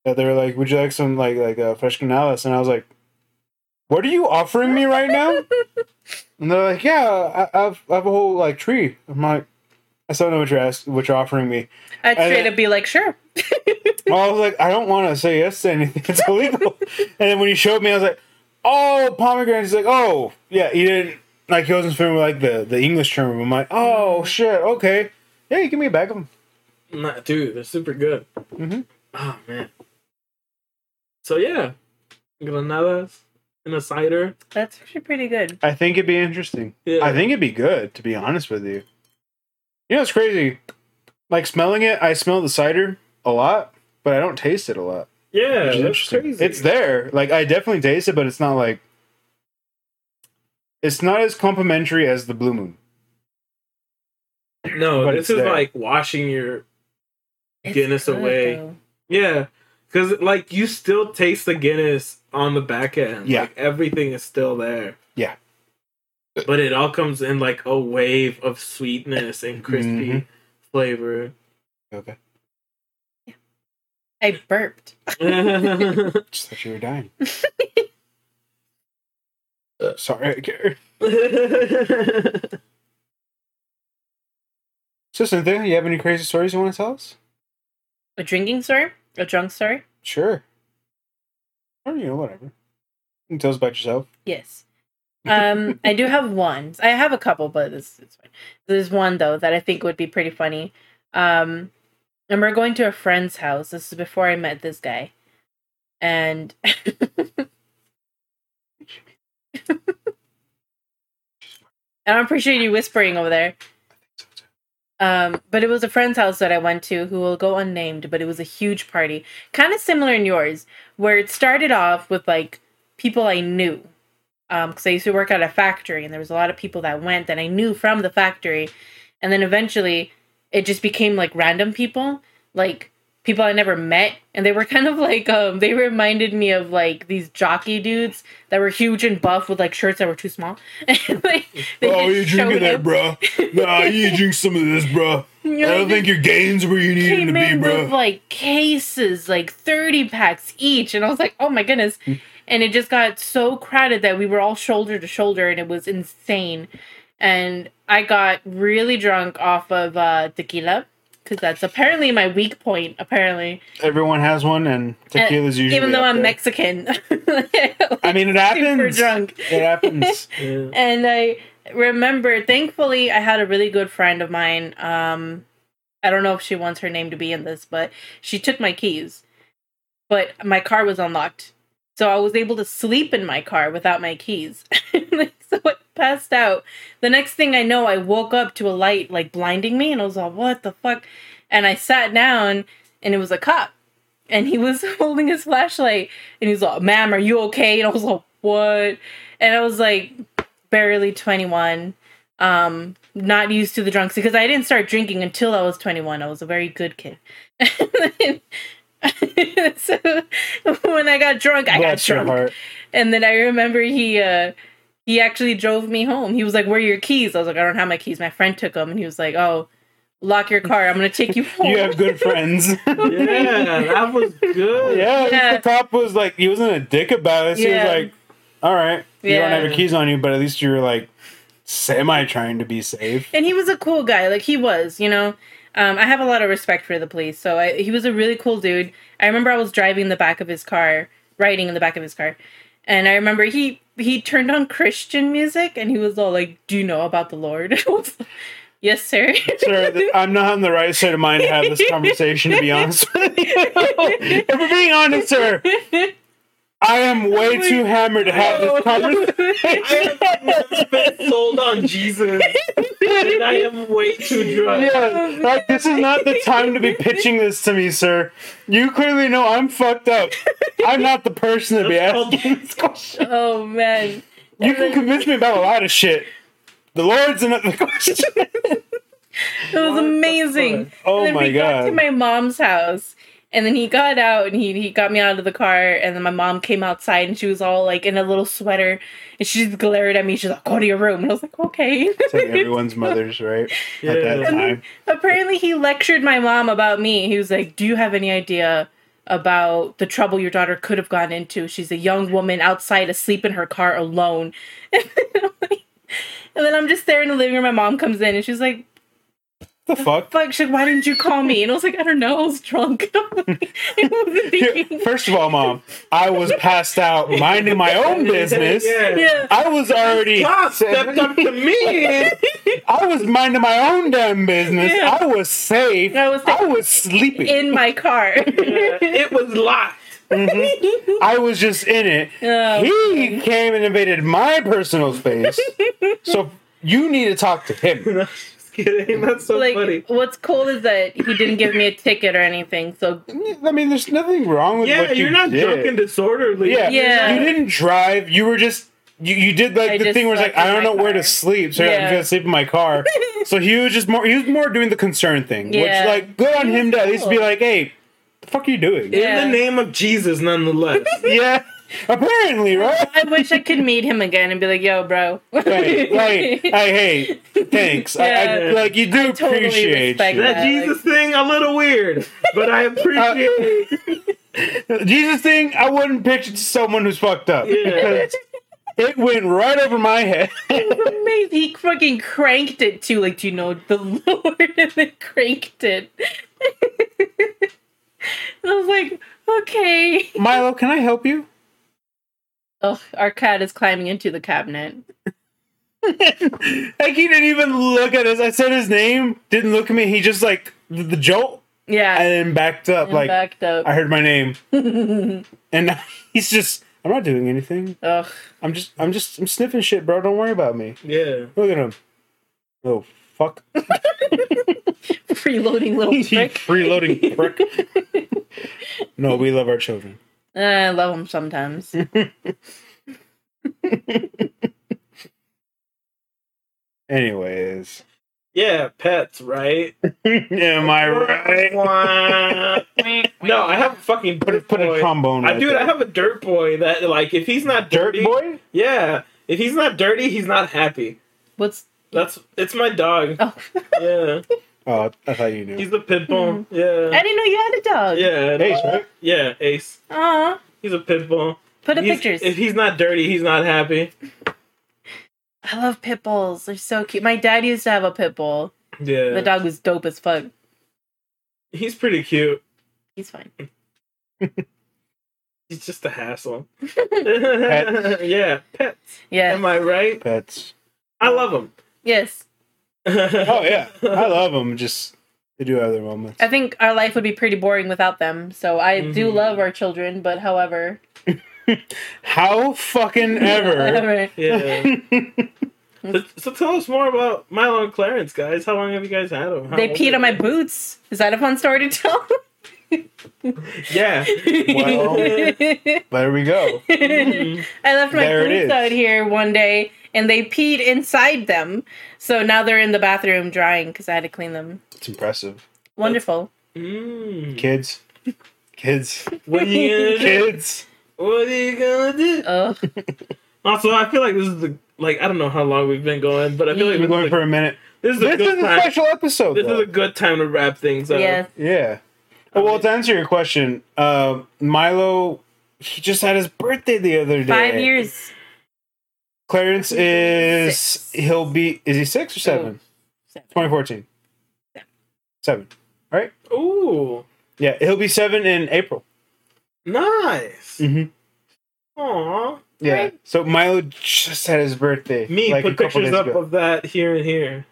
S1: That they were like, "Would you like some like like uh, fresh canales?" And I was like, "What are you offering me right now?" and they're like, "Yeah, I, I've I have a whole like tree." I'm like, "I still don't know what you're ask, what you're offering me."
S3: I'd
S1: I
S3: straight
S1: didn't-
S3: up be like, sure.
S1: Well, I was like, "I don't want to say yes to anything. It's illegal." and then when he showed me, I was like, "Oh, pomegranate." He's like, "Oh, yeah." He didn't like he wasn't familiar with like the the English term. I'm like, "Oh shit, okay." Yeah, you give me a bag of them.
S2: Nah, dude, they're super good.
S1: Mhm.
S2: Oh man. So yeah, granadas and a cider.
S3: That's actually pretty good.
S1: I think it'd be interesting.
S2: Yeah.
S1: I think it'd be good, to be honest with you. You know, it's crazy. Like smelling it, I smell the cider a lot, but I don't taste it a lot.
S2: yeah,
S1: which is
S2: that's
S1: interesting.
S2: crazy.
S1: It's there. Like I definitely taste it, but it's not like it's not as complimentary as the blue moon.
S2: No,
S1: but
S2: this
S1: it's
S2: is
S1: there.
S2: like washing your
S3: It's
S2: Guinness
S3: good,
S2: away.
S3: though.
S2: yeah, because like you still taste the Guinness on the back end.
S1: Yeah.
S2: like, everything is still there.
S1: Yeah.
S2: but it all comes in like a wave of sweetness and crispy
S1: Mhm.
S2: flavor.
S1: Okay.
S3: I burped.
S1: Just thought you were dying. Uh, Sorry, I care. So Cynthia, you have any crazy stories you want to tell us?
S3: A drinking story? A drunk story?
S1: Sure. Or you know, whatever. You can tell us about yourself.
S3: Yes. Um, I do have one. I have a couple, but it's, it's fine. There's one though that I think would be pretty funny. Um, and we're going to a friend's house. This is before I met this guy, and And I'm pretty sure you whispering over there. Um, but it was a friend's house that I went to who will go unnamed, but it was a huge party. Kind of similar in yours, where it started off with like people I knew. Because I used to work at a factory and there was a lot of people that went that I knew from the factory. And then eventually it just became like random people, like people I never met. And they were kind of like, um, they reminded me of like these jockey dudes that were huge and buff with like shirts that were too small. and like, they
S1: oh,
S3: just
S1: you drinking
S3: showed
S1: that,
S3: up.
S1: bruh? Nah, you need to drink some of this, bruh. I don't think your gains where you need them
S3: came
S1: to
S3: in
S1: be,
S3: with
S1: bruh.
S3: like cases, like 30 packs each. And I was like, oh my goodness.
S1: Mm.
S3: And it just got so crowded that we were all shoulder to shoulder and it was insane. And I got really drunk off of uh, tequila because that's apparently my weak point, apparently.
S1: Everyone has one, and tequila's usually.
S3: Uh, Even though
S1: up
S3: I'm
S1: there.
S3: Mexican.
S1: I mean, it
S3: super
S1: happens.
S3: drunk.
S1: It happens.
S2: Yeah.
S3: and I remember, thankfully, I had a really good friend of mine. Um, I don't know if she wants her name to be in this, but she took my keys. But my car was unlocked. So I was able to sleep in my car without my keys. so I passed out. The next thing I know, I woke up to a light like blinding me, and I was like, what the fuck? And I sat down, and it was a cop. And he was holding his flashlight, and he was like, ma'am, are you okay? And I was like, what? And I was like, barely 21 um not used to the drunks because i didn't start drinking until i was 21 i was a very good kid so when i got drunk i got
S1: Bless your
S3: drunk
S1: heart.
S3: and then I remember he uh he actually drove me home. He was like, "Where are your keys?" I was like, "I don't have my keys. My friend took them." And he was like, "Oh, lock your car. I'm gonna take you home."
S1: You have good friends. yeah,
S2: yeah, that was good.
S1: at least
S3: Yeah.
S1: the cop was like, he wasn't a dick about it. So
S3: Yeah.
S1: He was like, all right, you don't
S3: Yeah.
S1: have your keys on you, but at least you're like semi trying to be safe.
S3: and he was a cool guy. Like he was, you know. Um, I have a lot of respect for the police, so I, he was a really cool dude. I remember I was driving in the back of his car, riding in the back of his car, and I remember he he turned on Christian music and he was all like, "Do you know about the Lord?" I was like, yes, sir.
S1: Sir, th- I'm not on the right side of mind to have this conversation, to be honest with you. if we're being honest, sir, I am way
S3: Oh my
S1: too hammered to have this conversation.
S2: I have never been sold on Jesus, and I am way too drunk.
S1: Yeah, like this is not the time to be pitching this to me, sir. You clearly know I'm fucked up. I'm not the person to be
S2: That's called-
S1: asking this question.
S3: oh man.
S1: You can convince me about a lot of shit. The Lord's another question.
S3: It was
S2: What the
S3: amazing.
S2: fuck?
S1: Oh
S3: and then
S1: my
S3: we got to
S1: god.
S3: my mom's house, and then he got out and he he got me out of the car, and then my mom came outside and she was all like in a little sweater, and she just glared at me. She's like, "Go to your room," and I was like, "Okay."
S1: It's like everyone's mothers, right? At that
S2: Yeah.
S1: time.
S3: Apparently, he lectured my mom about me. He was like, "Do you have any idea?" About the trouble your daughter could have gotten into. She's a young woman outside asleep in her car alone. and then I'm just there in the living room. My mom comes in and she's like,
S1: The fuck?
S3: fuck, she's like, why didn't you call me? And I was like, I don't know, I was drunk. I wasn't
S1: Here-
S3: thinking.
S1: First of all, mom, I was passed out minding my own business.
S2: Yeah.
S3: Yeah.
S1: I was already
S2: God stepped up to me.
S1: I was minding my own damn business.
S3: Yeah.
S1: I was safe.
S3: I was safe.
S1: I was sleeping.
S3: In my car.
S2: it was locked.
S1: I was just in it.
S3: Oh.
S1: He came and invaded my personal space. so you need to talk to him.
S2: No, just kidding. That's so
S3: like,
S2: funny.
S3: what's cool is that he didn't give me a ticket or anything. So,
S1: I mean, there's nothing wrong with
S2: Yeah,
S1: what you
S2: you're not
S1: did.
S2: drunk and disorderly.
S1: yeah.
S3: Yeah.
S1: you didn't drive. You were just you, you did like
S3: I
S1: the
S3: just
S1: thing where it's like
S3: slept
S1: I
S3: in
S1: don't
S3: my
S1: know where to
S3: car.
S1: sleep, so I'm
S3: Yeah.
S1: gonna sleep in my car. so he was just more he was more doing the concern thing,
S3: Yeah.
S1: which like good on
S3: He
S1: him
S3: was
S1: to at least be
S3: cool.
S1: like, hey, the fuck are you doing?
S2: In
S1: Yeah,
S3: Yeah.
S2: the name of Jesus, nonetheless.
S1: apparently, right?
S3: I wish I could meet him again and be like, yo, bro.
S1: Right, like, I hey, thanks. I, I,
S3: Yeah.
S1: like you do
S3: totally
S1: appreciate
S3: respect
S1: you.
S2: that
S3: Yeah, like-
S2: Jesus thing, a little weird, but I appreciate.
S1: Jesus thing. I wouldn't pitch it to someone who's fucked up
S2: Yeah.
S1: because it went right over my head.
S3: Amazing. He fucking cranked it too. Like, do you know the Lord? And then cranked it. and I was like, okay.
S1: Milo, can I help you?
S3: Oh, our cat is climbing into the cabinet.
S1: Like he didn't even look at us. I said his name, didn't look at me. He just like the, the jolt and
S3: Yeah.
S1: then backed up.
S3: And
S1: like
S3: backed up.
S1: I heard my name, and now he's just. I'm not doing anything.
S3: Ugh.
S1: I'm just. I'm just. I'm sniffing shit, bro. Don't worry about me.
S2: Yeah.
S1: Look at him. Oh fuck.
S3: Freeloading little
S1: He
S3: prick.
S1: freeloading prick. no, we love our children.
S3: Eh, I love him sometimes.
S1: Anyways,
S2: Yeah, pets, right?
S1: am I right?
S2: no, I have a fucking
S1: Put a,
S2: dirt
S1: put a
S2: boy.
S1: trombone.
S2: I
S1: right
S2: dude,
S1: there.
S2: I have a dirt boy that like if he's not
S1: dirt
S2: dirty,
S1: boy.
S2: yeah, if he's not dirty, he's not happy.
S3: What's
S2: That's it's my dog.
S3: oh?
S2: Yeah,
S1: Oh, I thought you knew.
S2: he's the pit bull. Yeah,
S3: I didn't know you had a dog.
S2: yeah,
S1: Ace, right?
S2: yeah, Ace.
S3: Aw.
S2: He's a pit bull.
S3: Put up
S2: He's-
S3: pictures.
S2: If he's not dirty, he's not happy.
S3: I love pit bulls. They're so cute. My dad used to have a pit bull.
S2: Yeah,
S3: The dog was dope as fuck.
S2: he's pretty cute.
S3: He's fine.
S2: He's just a hassle. yeah, pets.
S3: Yeah.
S2: Am I right?
S1: Pets.
S2: I love them.
S3: yes.
S1: Oh yeah, I love them. Just they do have their moments.
S3: I think our life would be pretty boring without them. So I do
S2: Mhm.
S3: love our children, but however,
S1: How fucking ever.
S3: however.
S2: yeah. So, so tell us more about Milo and Clarence, guys. How long have you guys had them?
S3: they peed on my boots. Is that a fun story to tell?
S2: Yeah.
S1: Well, there we go.
S2: Mhm.
S3: I left my
S1: There it is.
S3: boots out here one day and they peed inside them. So now they're in the bathroom drying because I had to clean them.
S1: It's impressive.
S3: Wonderful.
S2: Mm.
S1: Kids, kids,
S2: What are you gonna do?
S1: kids.
S2: What are you gonna do?
S3: Ugh.
S2: Also, I feel like this is the like I don't know how long we've been going, but I feel like
S1: We're
S2: this,
S1: going
S3: Mm.
S2: is, a,
S1: for a minute.
S2: this is a
S1: This
S2: good
S1: is a
S2: time.
S1: special episode.
S2: this
S1: though.
S2: is a good time to wrap things up.
S3: yes.
S1: Yeah. well, to answer your question, uh, Milo, he just had his birthday the other day.
S3: Five years.
S1: Clarence is
S3: Six.
S1: he he'll be is he six or seven?
S3: Seven.
S1: Twenty fourteen. Seven.
S2: Ooh,
S1: Yeah, he'll be seven in April.
S2: nice.
S1: Mhm.
S2: Aw.
S1: Yeah.
S3: Right.
S1: So Milo just had his birthday.
S2: Me
S1: like, a
S2: put
S1: couple
S2: pictures
S1: days
S2: up
S1: ago.
S2: of that here and here.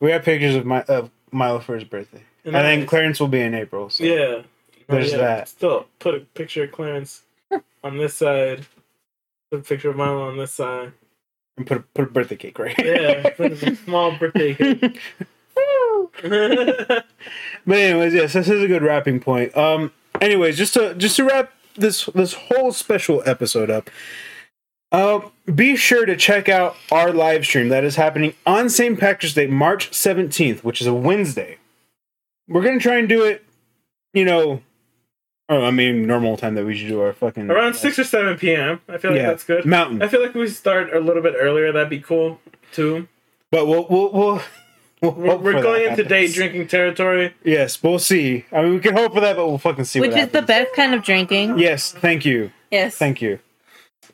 S1: We have pictures of my of Milo for his birthday.
S2: And
S1: I think
S2: nice.
S1: Clarence will be in April. So.
S2: Yeah.
S1: There's
S2: Yeah,
S1: that.
S2: Still, put a picture of Clarence on this side. Put a picture of Milo on this side.
S1: and put a, put a birthday cake right.
S2: Yeah, put a small birthday cake.
S1: But anyways, yes, this is a good wrapping point. Um, anyways, just to just to wrap this this whole special episode up. Um, be sure to check out our live stream that is happening on St. Patrick's Day, March seventeenth, which is a Wednesday. We're gonna try and do it, you know, oh, I mean, normal time that we should do our fucking
S2: Around six or seven p.m. I feel like
S1: Yeah,
S2: that's good.
S1: mountain.
S2: I feel like if we start a little bit earlier. That'd be cool too.
S1: But we'll we'll we'll, we'll
S2: We're,
S1: hope for
S2: we're
S1: that
S2: going into
S1: happens.
S2: day drinking territory.
S1: Yes, we'll see. I mean, we can hope for that, but we'll fucking see.
S3: Which
S1: what
S3: is the
S1: happens.
S3: best kind of drinking.
S1: Yes, thank you.
S3: Yes.
S1: Thank you.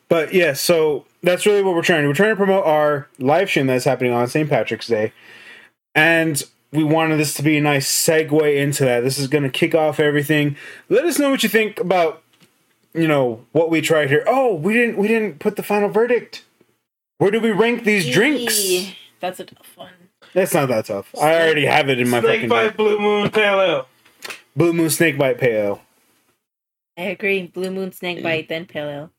S1: But yeah, so that's really what we're trying to. We're trying to promote our live stream that's happening on St. Patrick's Day, and we wanted this to be a nice segue into that. This is going to kick off everything. Let us know what you think about, you know, what we tried here. Oh, we didn't we didn't put the final verdict. Where do we rank these drinks?
S3: Eee, That's a tough one.
S1: That's not that tough. I already have it in my
S2: Snake
S1: fucking
S2: Bite Blue Moon Pale Ale.
S1: Blue Moon Snake Bite Pale.
S3: I agree. Blue Moon Snake Bite, then Pale Ale.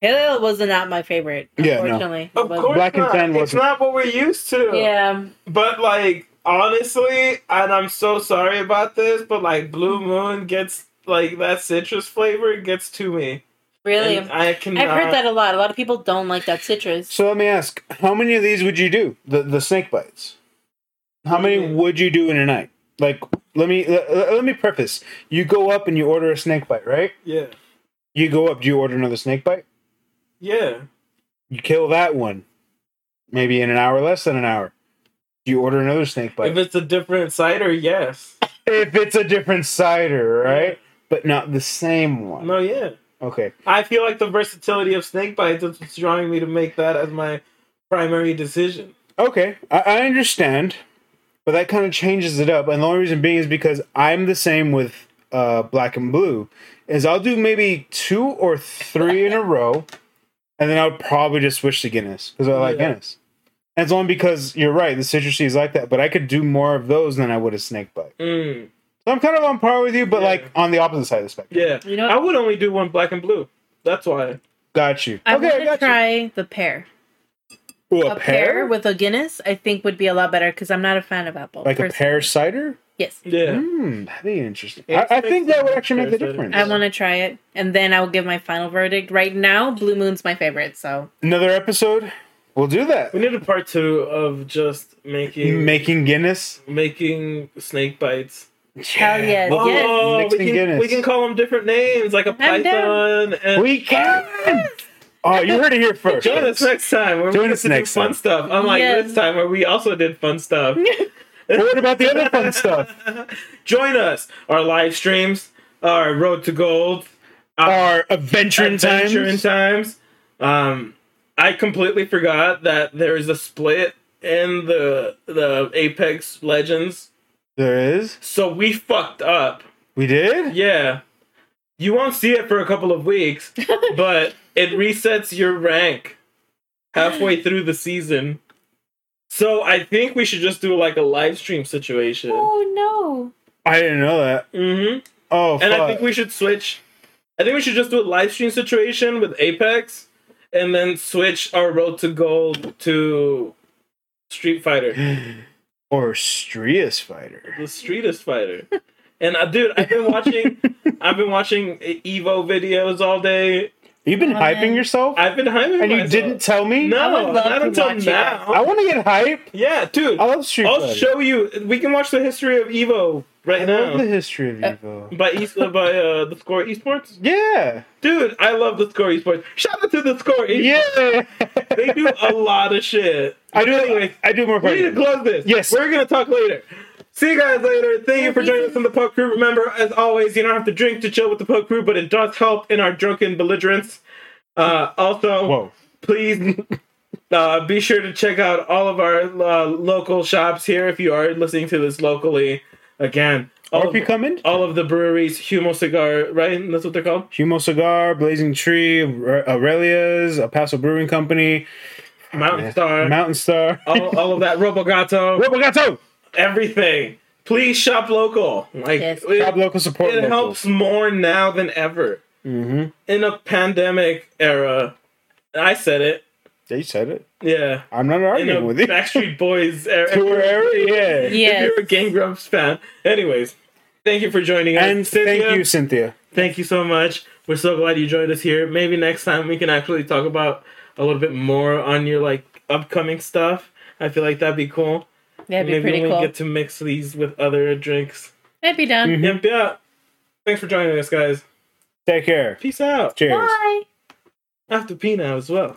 S3: Pale Ale was not my favorite.
S1: Yeah, no.
S3: Unfortunately.
S2: Of
S3: But-
S2: course
S1: Black and
S2: not.
S1: tan
S2: it's
S1: wasn't-
S2: not what we're used to.
S3: Yeah.
S2: But like honestly, and I'm so sorry about this, but like Blue
S3: Mm-hmm.
S2: Moon gets like that citrus flavor gets to me.
S3: Really.
S2: And I cannot.
S3: I've heard that a lot. A lot of people don't like that citrus.
S1: So let me ask, how many of these would you do? The the snake bites. How many
S2: Mm-hmm.
S1: would you do in a night? Like let me let, let me preface. You go up and you order a snake bite, right?
S2: Yeah,
S1: You go up, do you order another snake bite?
S2: yeah.
S1: You kill that one. Maybe in an hour less than an hour. You order another snake
S2: if
S1: bite.
S2: it's a different cider, yes.
S1: If it's a different cider, right? But not the same one.
S2: No, yeah.
S1: Okay.
S2: I feel like the versatility of snake bites is what's drawing me to make that as my primary decision.
S1: Okay, I, I understand, but that kind of changes it up. And the only reason being is because I'm the same with uh, black and blue. Is I'll do maybe two or three in a row, and then I'll probably just switch to Guinness because I like
S2: Yeah.
S1: Guinness. And it's only because you're right, the citrusy is like that. But I could do more of those than I would a snake bite.
S2: Mm,
S1: So I'm kind of on par with you, but
S2: Yeah.
S1: like on the opposite side of the spectrum.
S2: yeah,
S3: You know-
S2: I would only do one black and blue. That's why.
S1: Got you.
S3: I
S1: okay,
S3: want
S1: I
S3: to
S1: got
S3: try the pear.
S1: you. Ooh, a,
S3: A,
S1: pear,
S3: pear? with a Guinness, I think, would be a lot better because I'm not a fan of apple.
S1: like a
S3: personally.
S1: pear cider.
S3: Yes.
S2: Yeah.
S1: Hmm, that'd be interesting.
S2: Yeah,
S1: I, I
S2: it's
S1: think
S2: like
S1: that would actually make
S2: pear
S1: the
S2: cider.
S1: difference.
S3: I want to try it, and then I will give my final verdict. Right now, Blue Moon's my favorite, so
S1: another episode we'll do that
S2: We need a part two of just making
S1: making guinness
S2: making snake bites
S3: Hell yes,
S1: We'll-
S3: yes.
S2: Oh,
S1: Mixing
S2: we can,
S1: Guinness.
S2: we can call them different names, like a
S3: I'm
S2: python. And
S1: we can oh you heard it here first
S2: join us
S1: folks.
S2: next time. Where
S1: Join
S2: we get
S1: us
S2: to
S1: next
S2: do fun
S1: time.
S2: stuff. Unlike
S3: Yes.
S2: this time where we also did fun stuff.
S1: But what about the other fun stuff
S2: join us. Our live streams, our road to gold,
S1: our adventure in times
S2: adventure in times. Um, I completely forgot that there is a split in the the Apex Legends.
S1: there is
S2: So we fucked up.
S1: we did
S2: Yeah. You won't see it for a couple of weeks, but it resets your rank halfway through the season. So I think we should just do like a live stream situation.
S3: Oh
S1: i didn't know that
S2: hmm
S1: oh fuck.
S2: And I think we should switch. I think we should just do a live stream situation with Apex and then switch our road to gold to Street Fighter.
S1: or Strius fighter
S2: The Streetist Fighter. And uh, dude, I've been watching I've been watching Evo videos all day.
S1: you've been
S3: Well,
S1: hyping
S3: then-
S1: yourself
S2: I've been hyping
S1: and you
S2: myself.
S1: didn't tell me
S2: No,
S3: I would love
S2: not
S3: to
S2: until
S3: watch it.
S2: now.
S1: i want to get hype
S2: yeah, dude.
S1: i
S2: I'll,
S1: love street fighter
S2: show you. We can watch the history of Evo
S1: i
S2: right
S1: love the
S2: now
S1: history of evo
S2: by East, uh, by uh, the Score Esports.
S1: yeah
S2: Dude, I love the Score Esports. Shout out to the Score. Esports.
S1: yeah
S2: they do a lot of shit.
S1: i do
S2: Anyway,
S1: i do more
S2: we need to
S1: fighting.
S2: close this.
S1: Yes.
S2: we're gonna talk later. See you guys later. Thank you for joining us on the Pub Crew. Remember, as always, you don't have to drink to chill with the Pub Crew, but it does help in our drunken belligerence. Uh, also,
S1: whoa
S2: please uh, be sure to check out all of our uh, local shops here if you are listening to this locally. Again, all,
S1: or if
S2: of,
S1: you come in
S2: all of the breweries, Humo Cigar, right? That's what they're called.
S1: Humo Cigar, Blazing Tree, Aur- Aurelia's, El Paso Brewing Company,
S2: Mountain Star, Oh.
S1: Mountain Star.
S2: all, all of that, Robogato,
S1: Robogato!
S2: everything. Please shop local. Like
S3: Yes.
S2: it,
S1: Shop local support.
S2: it
S1: local.
S2: helps more now than ever.
S1: Mm-hmm.
S2: in a pandemic era. I said it.
S1: They said it.
S2: Yeah.
S1: I'm not
S2: In a
S1: arguing with you.
S2: Backstreet Boys era.
S1: Tour era, yeah.
S2: If
S3: Yes.
S2: you're a Game Grumps fan. Anyways, thank you for joining us.
S1: And
S2: Cynthia,
S1: thank you, Cynthia.
S2: Thank you so much. We're so glad you joined us here. Maybe next time we can actually talk about a little bit more on your like upcoming stuff. I feel like that'd be cool.
S3: That'd be
S2: Maybe
S3: pretty
S2: we
S3: cool.
S2: get to mix these with other drinks.
S3: I'd be done.
S1: Mhm.
S2: Yep, yeah. Thanks for joining us, guys.
S1: Take care.
S2: Peace out.
S1: Cheers.
S3: Bye.
S2: I have to pee now as well.